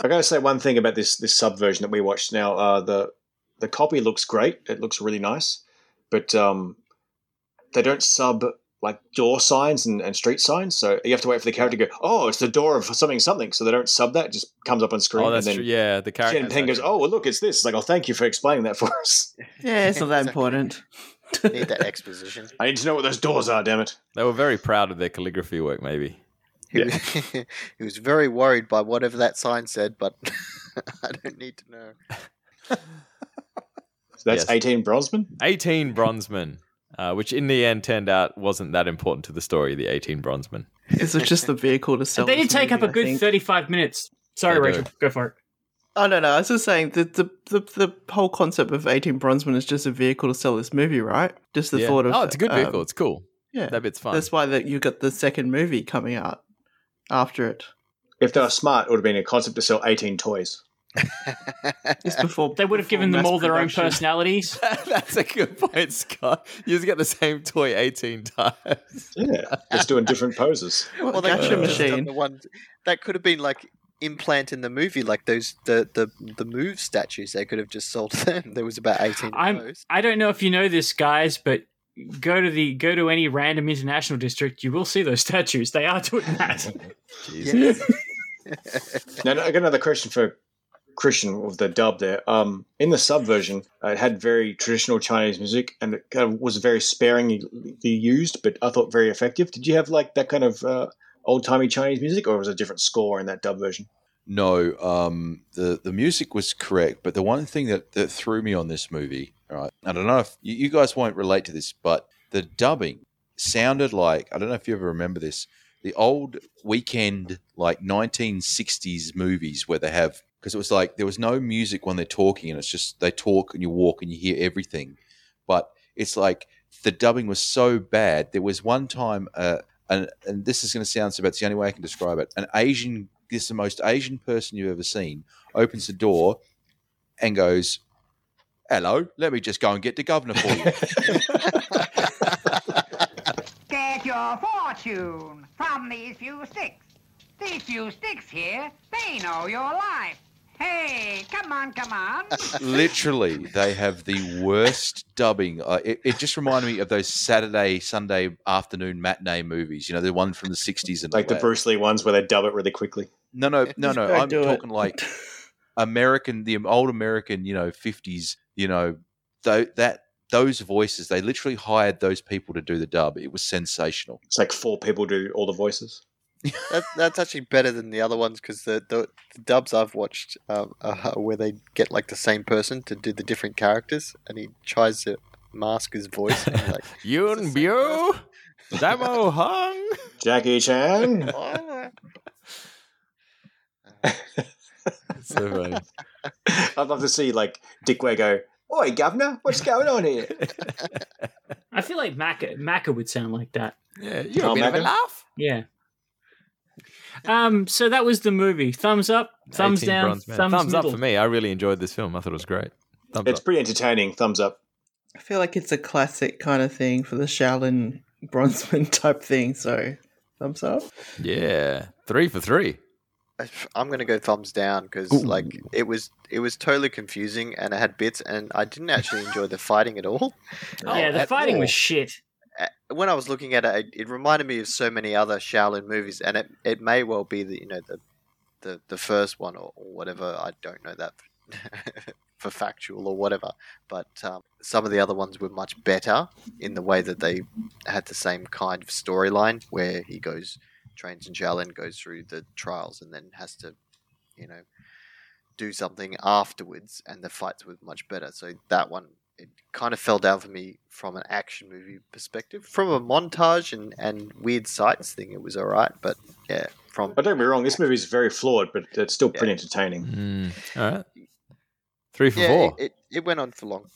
S9: I gotta say one thing about this this subversion that we watched now. Uh, the the copy looks great. It looks really nice, but um, they don't sub like door signs and, and street signs. So you have to wait for the character to go. Oh, it's the door of something something. So they don't sub that. It just comes up on screen.
S5: oh, that's
S9: and
S5: true.
S9: then
S5: Yeah, the character.
S9: Jen Peng goes, "Oh, well, look, it's this." It's like, "Oh, thank you for explaining that for us.
S7: Yeah, it's not that
S10: Exactly.
S7: important.
S10: Need that exposition.
S9: I need to know what those doors are. Damn it!"
S5: They were very proud of their calligraphy work. Maybe.
S10: He, was, he was very worried by whatever that sign said, but I don't need to know.
S9: So that's
S5: Yes.
S9: eighteen Brosman.
S5: 18 bronzemen, uh, which in the end turned out wasn't that important to the story, the 18 bronzemen.
S7: It's just the vehicle to sell.
S8: they did
S7: this
S8: take up
S7: movie,
S8: a
S7: I
S8: good
S7: think.
S8: thirty five minutes. Sorry,
S5: They do.
S8: Rachel, go for it.
S7: Oh no, no. I was just saying that the, the the whole concept of eighteen Bronzemen is just a vehicle to sell this movie, right? Just the
S5: Yeah.
S7: thought of
S5: oh, it's a good
S7: um,
S5: vehicle. it's cool.
S7: yeah,
S5: That bit's fun.
S7: that's why that you got the second movie coming out after it.
S9: If they were smart, it would have been a concept to sell eighteen toys.
S7: It's before
S8: They would have
S7: before
S8: given them
S7: mass
S8: all their own
S7: production.
S8: personalities.
S5: that's a good point, Scott. You just get the same toy 18 times.
S9: Yeah, just doing different poses.
S7: Well,
S10: they
S7: gacha
S10: could've just done
S7: machine.
S10: The one, that could have been like implant in the movie, like those the the the move statues. They could have just sold them. There was about eighteen of
S8: I'm
S10: those.
S8: I don't know if you know this, guys, but go to the go to any random international district, you will see those statues. They are doing that.
S10: Yes.
S9: Now, I got another question for Christian with the dub there. Um, in the subversion, uh, it had very traditional Chinese music and it kind of was very sparingly used, but I thought very effective. Did you have like that kind of uh, old timey Chinese music or was it a different score in that dub version?
S6: No, um, the the music was correct, but the one thing that, that threw me on this movie, all right, I don't know if you, you guys won't relate to this, but the dubbing sounded like I don't know if you ever remember this, the old weekend like nineteen sixties movies where they have because it was like there was no music when they're talking, and it's just they talk and you walk and you hear everything, but it's like the dubbing was so bad. There was one time uh, and and this is going to sound so bad. It's the only way I can describe it. An Asian, this is the most Asian person you've ever seen, opens the door and goes, "Hello, let me just go and get the governor for you."
S11: Get your fortune from these few sticks. These few sticks here, they know your life. Hey, come on, come on.
S6: Literally, they have the worst dubbing. Uh, it, it just reminded me of those Saturday, Sunday afternoon matinee movies. You know, the one from the '60s and
S9: Like
S6: all
S9: the
S6: that.
S9: Bruce Lee ones where they dub it really quickly.
S6: No, no, no,
S7: Just
S6: no.
S7: go
S6: I'm
S7: do it.
S6: talking like American, the old American, you know, fifties, you know, tho- that those voices. They literally hired those people to do the dub. It was sensational.
S9: It's like four people do all the voices.
S10: That, that's actually better than the other ones because the, the the dubs I've watched uh, uh, where they get like the same person to do the different characters, and he tries to mask his voice. And, like,
S5: Yun Biu, Damo Hung.
S9: Jackie Chan.
S10: "Ah."
S5: So funny.
S9: I'd love to see like Dick Ware go, "Oi, governor, what's going on here?"
S8: I feel like Macca Macca would sound like that.
S5: Yeah, you're
S9: Tom
S5: a bit of a
S9: Mackin?
S5: laugh.
S8: Yeah. Um. So that was the movie. Thumbs up. Thumbs
S5: 18
S8: down.
S5: bronze medal.
S8: Thumbs,
S5: thumbs up
S8: middle.
S5: for me. I really enjoyed this film. I thought it was great. Thumbs
S9: It's
S5: up.
S9: pretty entertaining. Thumbs up.
S7: I feel like it's a classic kind of thing for the Shaolin Bronzeman type thing. So thumbs up.
S5: Yeah, three for three.
S10: I'm gonna go thumbs down because like it was it was totally confusing and it had bits and I didn't actually enjoy the fighting at all.
S8: yeah, the
S10: at
S8: fighting was
S10: all.
S8: shit.
S10: Uh, When I was looking at it, it, it reminded me of so many other Shaolin movies, and it, it may well be the you know the the, the first one or, or whatever. I don't know that for factual or whatever, but um, some of the other ones were much better in the way that they had the same kind of storyline where he goes trains in Shaolin, goes through the trials, and then has to you know do something afterwards, and the fights were much better. So that one it kind of fell down for me from an action movie perspective. From a montage and, and weird sights thing, it was all right, but yeah, from
S9: But don't get me wrong, this movie is very flawed, but it's still pretty entertaining.
S5: Mm, all right, three for
S10: yeah,
S5: four.
S10: It, it, it went on for long.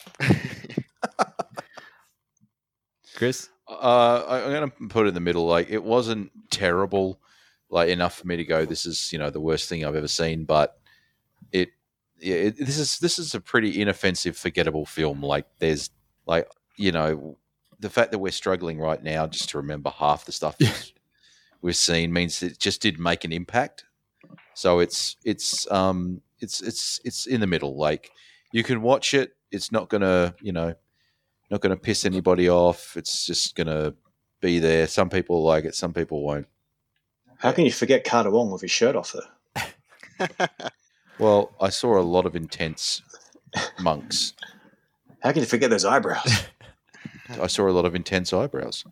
S5: Chris,
S6: Uh, I- I'm going to put it in the middle. Like it wasn't terrible, like enough for me to go. This is you know the worst thing I've ever seen, but it, yeah, it this is this is a pretty inoffensive, forgettable film. Like there's like you know the fact that we're struggling right now just to remember half the stuff we've seen means it just did make an impact. So it's it's um it's it's it's in the middle. Like you can watch it. It's not gonna you know not going to piss anybody off. It's just going to be there. Some people like it, some people won't.
S9: How can you forget Carter Wong with his shirt off though?
S6: Well, I saw a lot of intense monks.
S9: How can you forget those eyebrows,
S6: I saw a lot of intense eyebrows.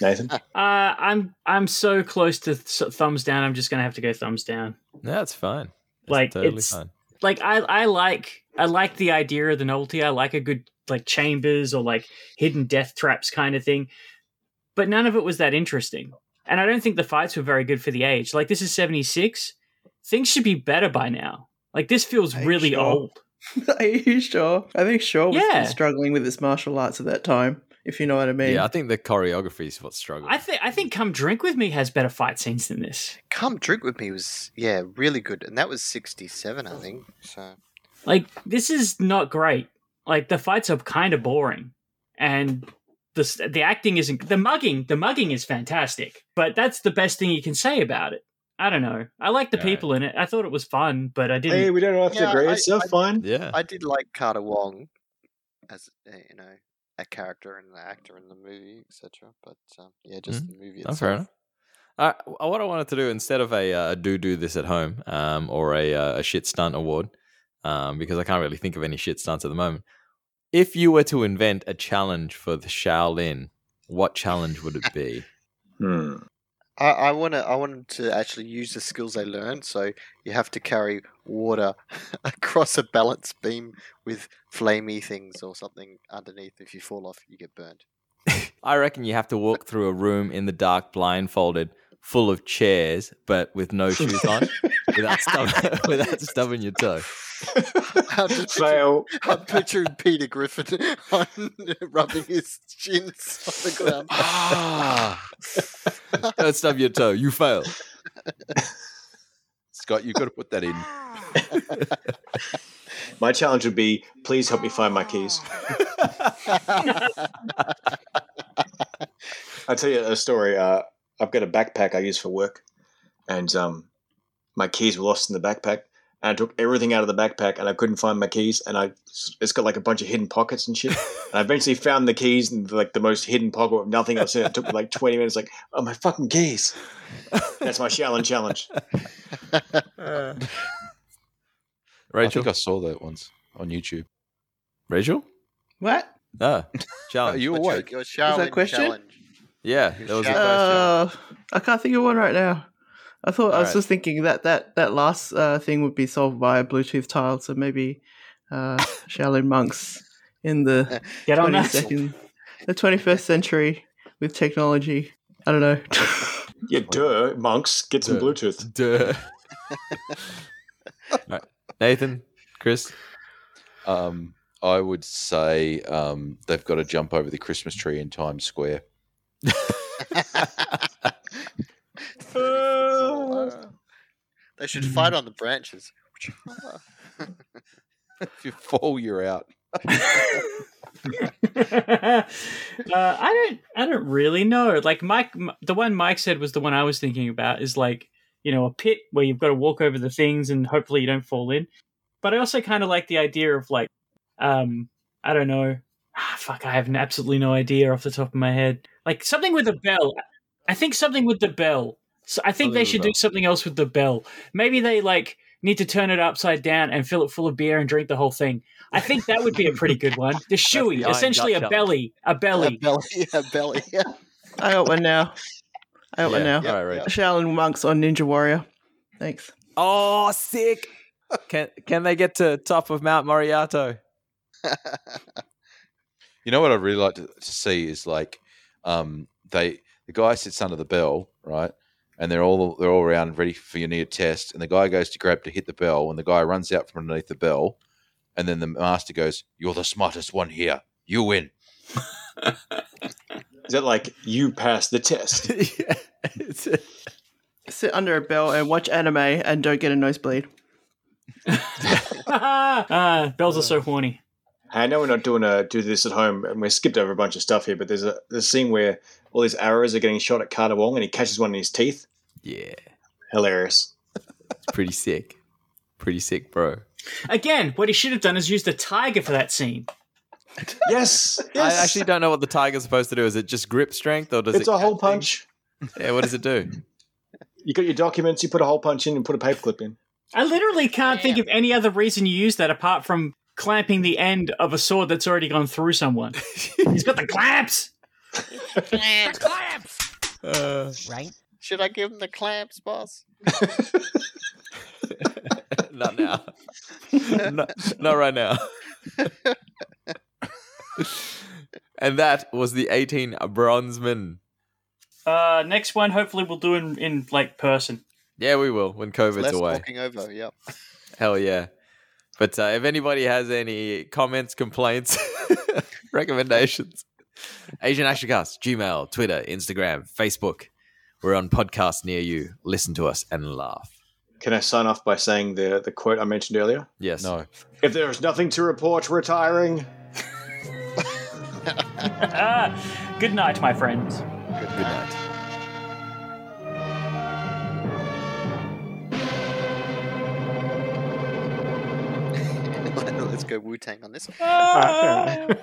S9: Nathan?
S8: Uh, I'm I'm so close to th- thumbs down. I'm just gonna have to go thumbs down.
S5: no, that's fine. That's
S8: Like,
S5: totally
S8: it's-
S5: fine.
S8: Like I I like I like the idea of the novelty. I like a good like chambers or like hidden death traps kind of thing. But none of it was that interesting. And I don't think the fights were very good for the age. Like this is 76. Things should be better by now. Like this feels
S7: Are you
S8: really
S7: sure?
S8: old.
S7: Are you sure? I think Shaw was
S8: Yeah.
S7: still struggling with his martial arts at that time, if you know what I mean.
S5: Yeah, I think the choreography is what struggled.
S8: I think I think Come Drink with Me has better fight scenes than this.
S10: Come Drink With Me was, yeah, really good. And that was 67, I think. So,
S8: Like this is not great. Like the fights are kind of boring, and the the acting isn't. The mugging, the mugging is fantastic, but that's the best thing you can say about it. I don't know. I like the
S5: Yeah.
S8: people in it. I thought it was fun, but I didn't.
S9: Hey, we don't have to
S10: Yeah,
S9: agree.
S10: I-
S9: It's so
S10: I-
S9: fun.
S5: yeah,
S10: I did like Carter Wong as, uh, you know, a character and an actor in the movie, etc. But um, yeah, just the movie
S5: that's
S10: itself.
S5: fair enough. Uh, what I wanted to do instead of a uh, do do this at home um, or a, uh, a shit stunt award, um, because I can't really think of any shit stunts at the moment. If you were to invent a challenge for the Shaolin, what challenge would it be?
S9: Hmm.
S10: I, I wanna I wanted to actually use the skills they learned. So you have to carry water across a balance beam with flamey things or something underneath. If you fall off, you get burned.
S5: I reckon you have to walk through a room in the dark, blindfolded, full of chairs, but with no shoes on, without, stub- without stubbing your toe.
S10: I'm, just picturing,
S9: Fail.
S10: I'm picturing Peter Griffin on, rubbing his shins on the ground.
S6: Ah,
S5: Don't stub your toe. You fail.
S6: Scott, you've got to put that in.
S9: My challenge would be, please help me find my keys. I'll tell you a story. Uh, I've got a backpack I use for work, and um, my keys were lost in the backpack. And I took everything out of the backpack, and I couldn't find my keys. And I, it's got like a bunch of hidden pockets and shit. And I eventually found the keys in like the most hidden pocket with nothing else in it. It took me like twenty minutes. Like, oh my fucking keys! That's my challenge. Challenge.
S6: Rachel? I think I saw that once on YouTube.
S5: Rachel?
S7: What?
S5: No. Challenge.
S6: Are Oh, you
S10: What's your-
S6: awake?
S10: Your, Shaolin
S7: that question?
S10: challenge.
S5: Yeah, that was the
S10: shout-
S5: first
S7: Uh, I can't think of one right now. Oh, I thought I was
S5: Alright.
S7: just thinking that that that last uh, thing would be solved by a Bluetooth tile, so maybe uh, Shaolin monks in the
S8: Get on
S7: twenty
S8: that.
S7: second, the twenty first century with technology. I don't know.
S9: Yeah, duh, monks, get some
S5: Duh.
S9: Bluetooth.
S5: challenge. Duh. All right. Nathan, Chris,
S6: Um, I would say um, they've got to jump over the Christmas tree in Times Square.
S10: They should fight on the branches.
S6: If you fall, you're out.
S8: uh, I don't, I don't really know. Like Mike, the one Mike said was the one I was thinking about. Is like you know a pit where you've got to walk over the things and hopefully you don't fall in. But I also kind of like the idea of like, um, I don't know. Ah, fuck, I have n- absolutely no idea off the top of my head. Like something with a bell. I think something with the bell. So I think
S5: Something
S8: they
S5: with
S8: should
S5: the
S8: do
S5: bell.
S8: something else with the bell. Maybe they like need to turn it upside down and fill it full of beer and drink the whole thing. I think that would be a pretty good one. The shoey,
S5: iron
S8: essentially a
S5: gut challenge.
S8: belly, a
S10: A
S8: belly.
S10: belly, a belly.
S7: I got one now. I got one
S5: Yeah.
S7: now.
S5: All right, Rachel.
S7: Shaolin monks on Ninja Warrior. Thanks.
S5: Oh, sick! Can can they get to top of Mount Moriato?
S6: You know what I'd really like to, to see is like um, they the guy sits under the bell, right? And they're all they're all around ready for your near test, and the guy goes to grab to hit the bell, and the guy runs out from underneath the bell, and then the master goes, "You're the smartest one here. You win."
S9: Is that like you passed the test?
S5: yeah, it's
S7: Sit under a bell and watch anime and don't get a nosebleed.
S8: ah, bells are so horny.
S9: I know we're not doing a do this at home, and we skipped over a bunch of stuff here. But there's a there's a scene where all these arrows are getting shot at Carter Wong, and he catches one in his teeth.
S5: yeah,
S9: Hilarious.
S5: pretty sick, pretty sick, bro.
S8: Again, what he should have done is used a tiger for that scene.
S9: Yes, yes.
S5: I actually don't know what the tiger's supposed to do. Is it just grip strength, or does
S9: it's
S5: it?
S9: a hole punch.
S5: Yeah, what does it do?
S9: You got your documents. You put a hole punch in and put a paperclip in.
S8: I literally can't think of any other reason you use that apart from clamping the end of a sword that's already gone through someone. He's got the clamps.
S5: Uh,
S10: Should I give him the clamps, boss?
S5: not now. not, not right now. and that was the 18 bronzeman.
S8: Uh, next one, hopefully, we'll do in, in like person.
S5: Yeah, we will when COVID's
S10: Less
S5: away.
S10: walking over. Yep.
S5: Hell yeah. But uh, if anybody has any comments, complaints, recommendations, Asian Ashicast, Gmail, Twitter, Instagram, Facebook. We're on podcast near you. Listen to us and laugh.
S9: Can I sign off by saying the the quote I mentioned earlier?
S5: Yes.
S6: No,
S9: If there is nothing to report, retiring.
S8: Ah, good night, my friends.
S5: Good night.
S10: Let's go Wu Tang on this one.
S7: Ah, fair enough.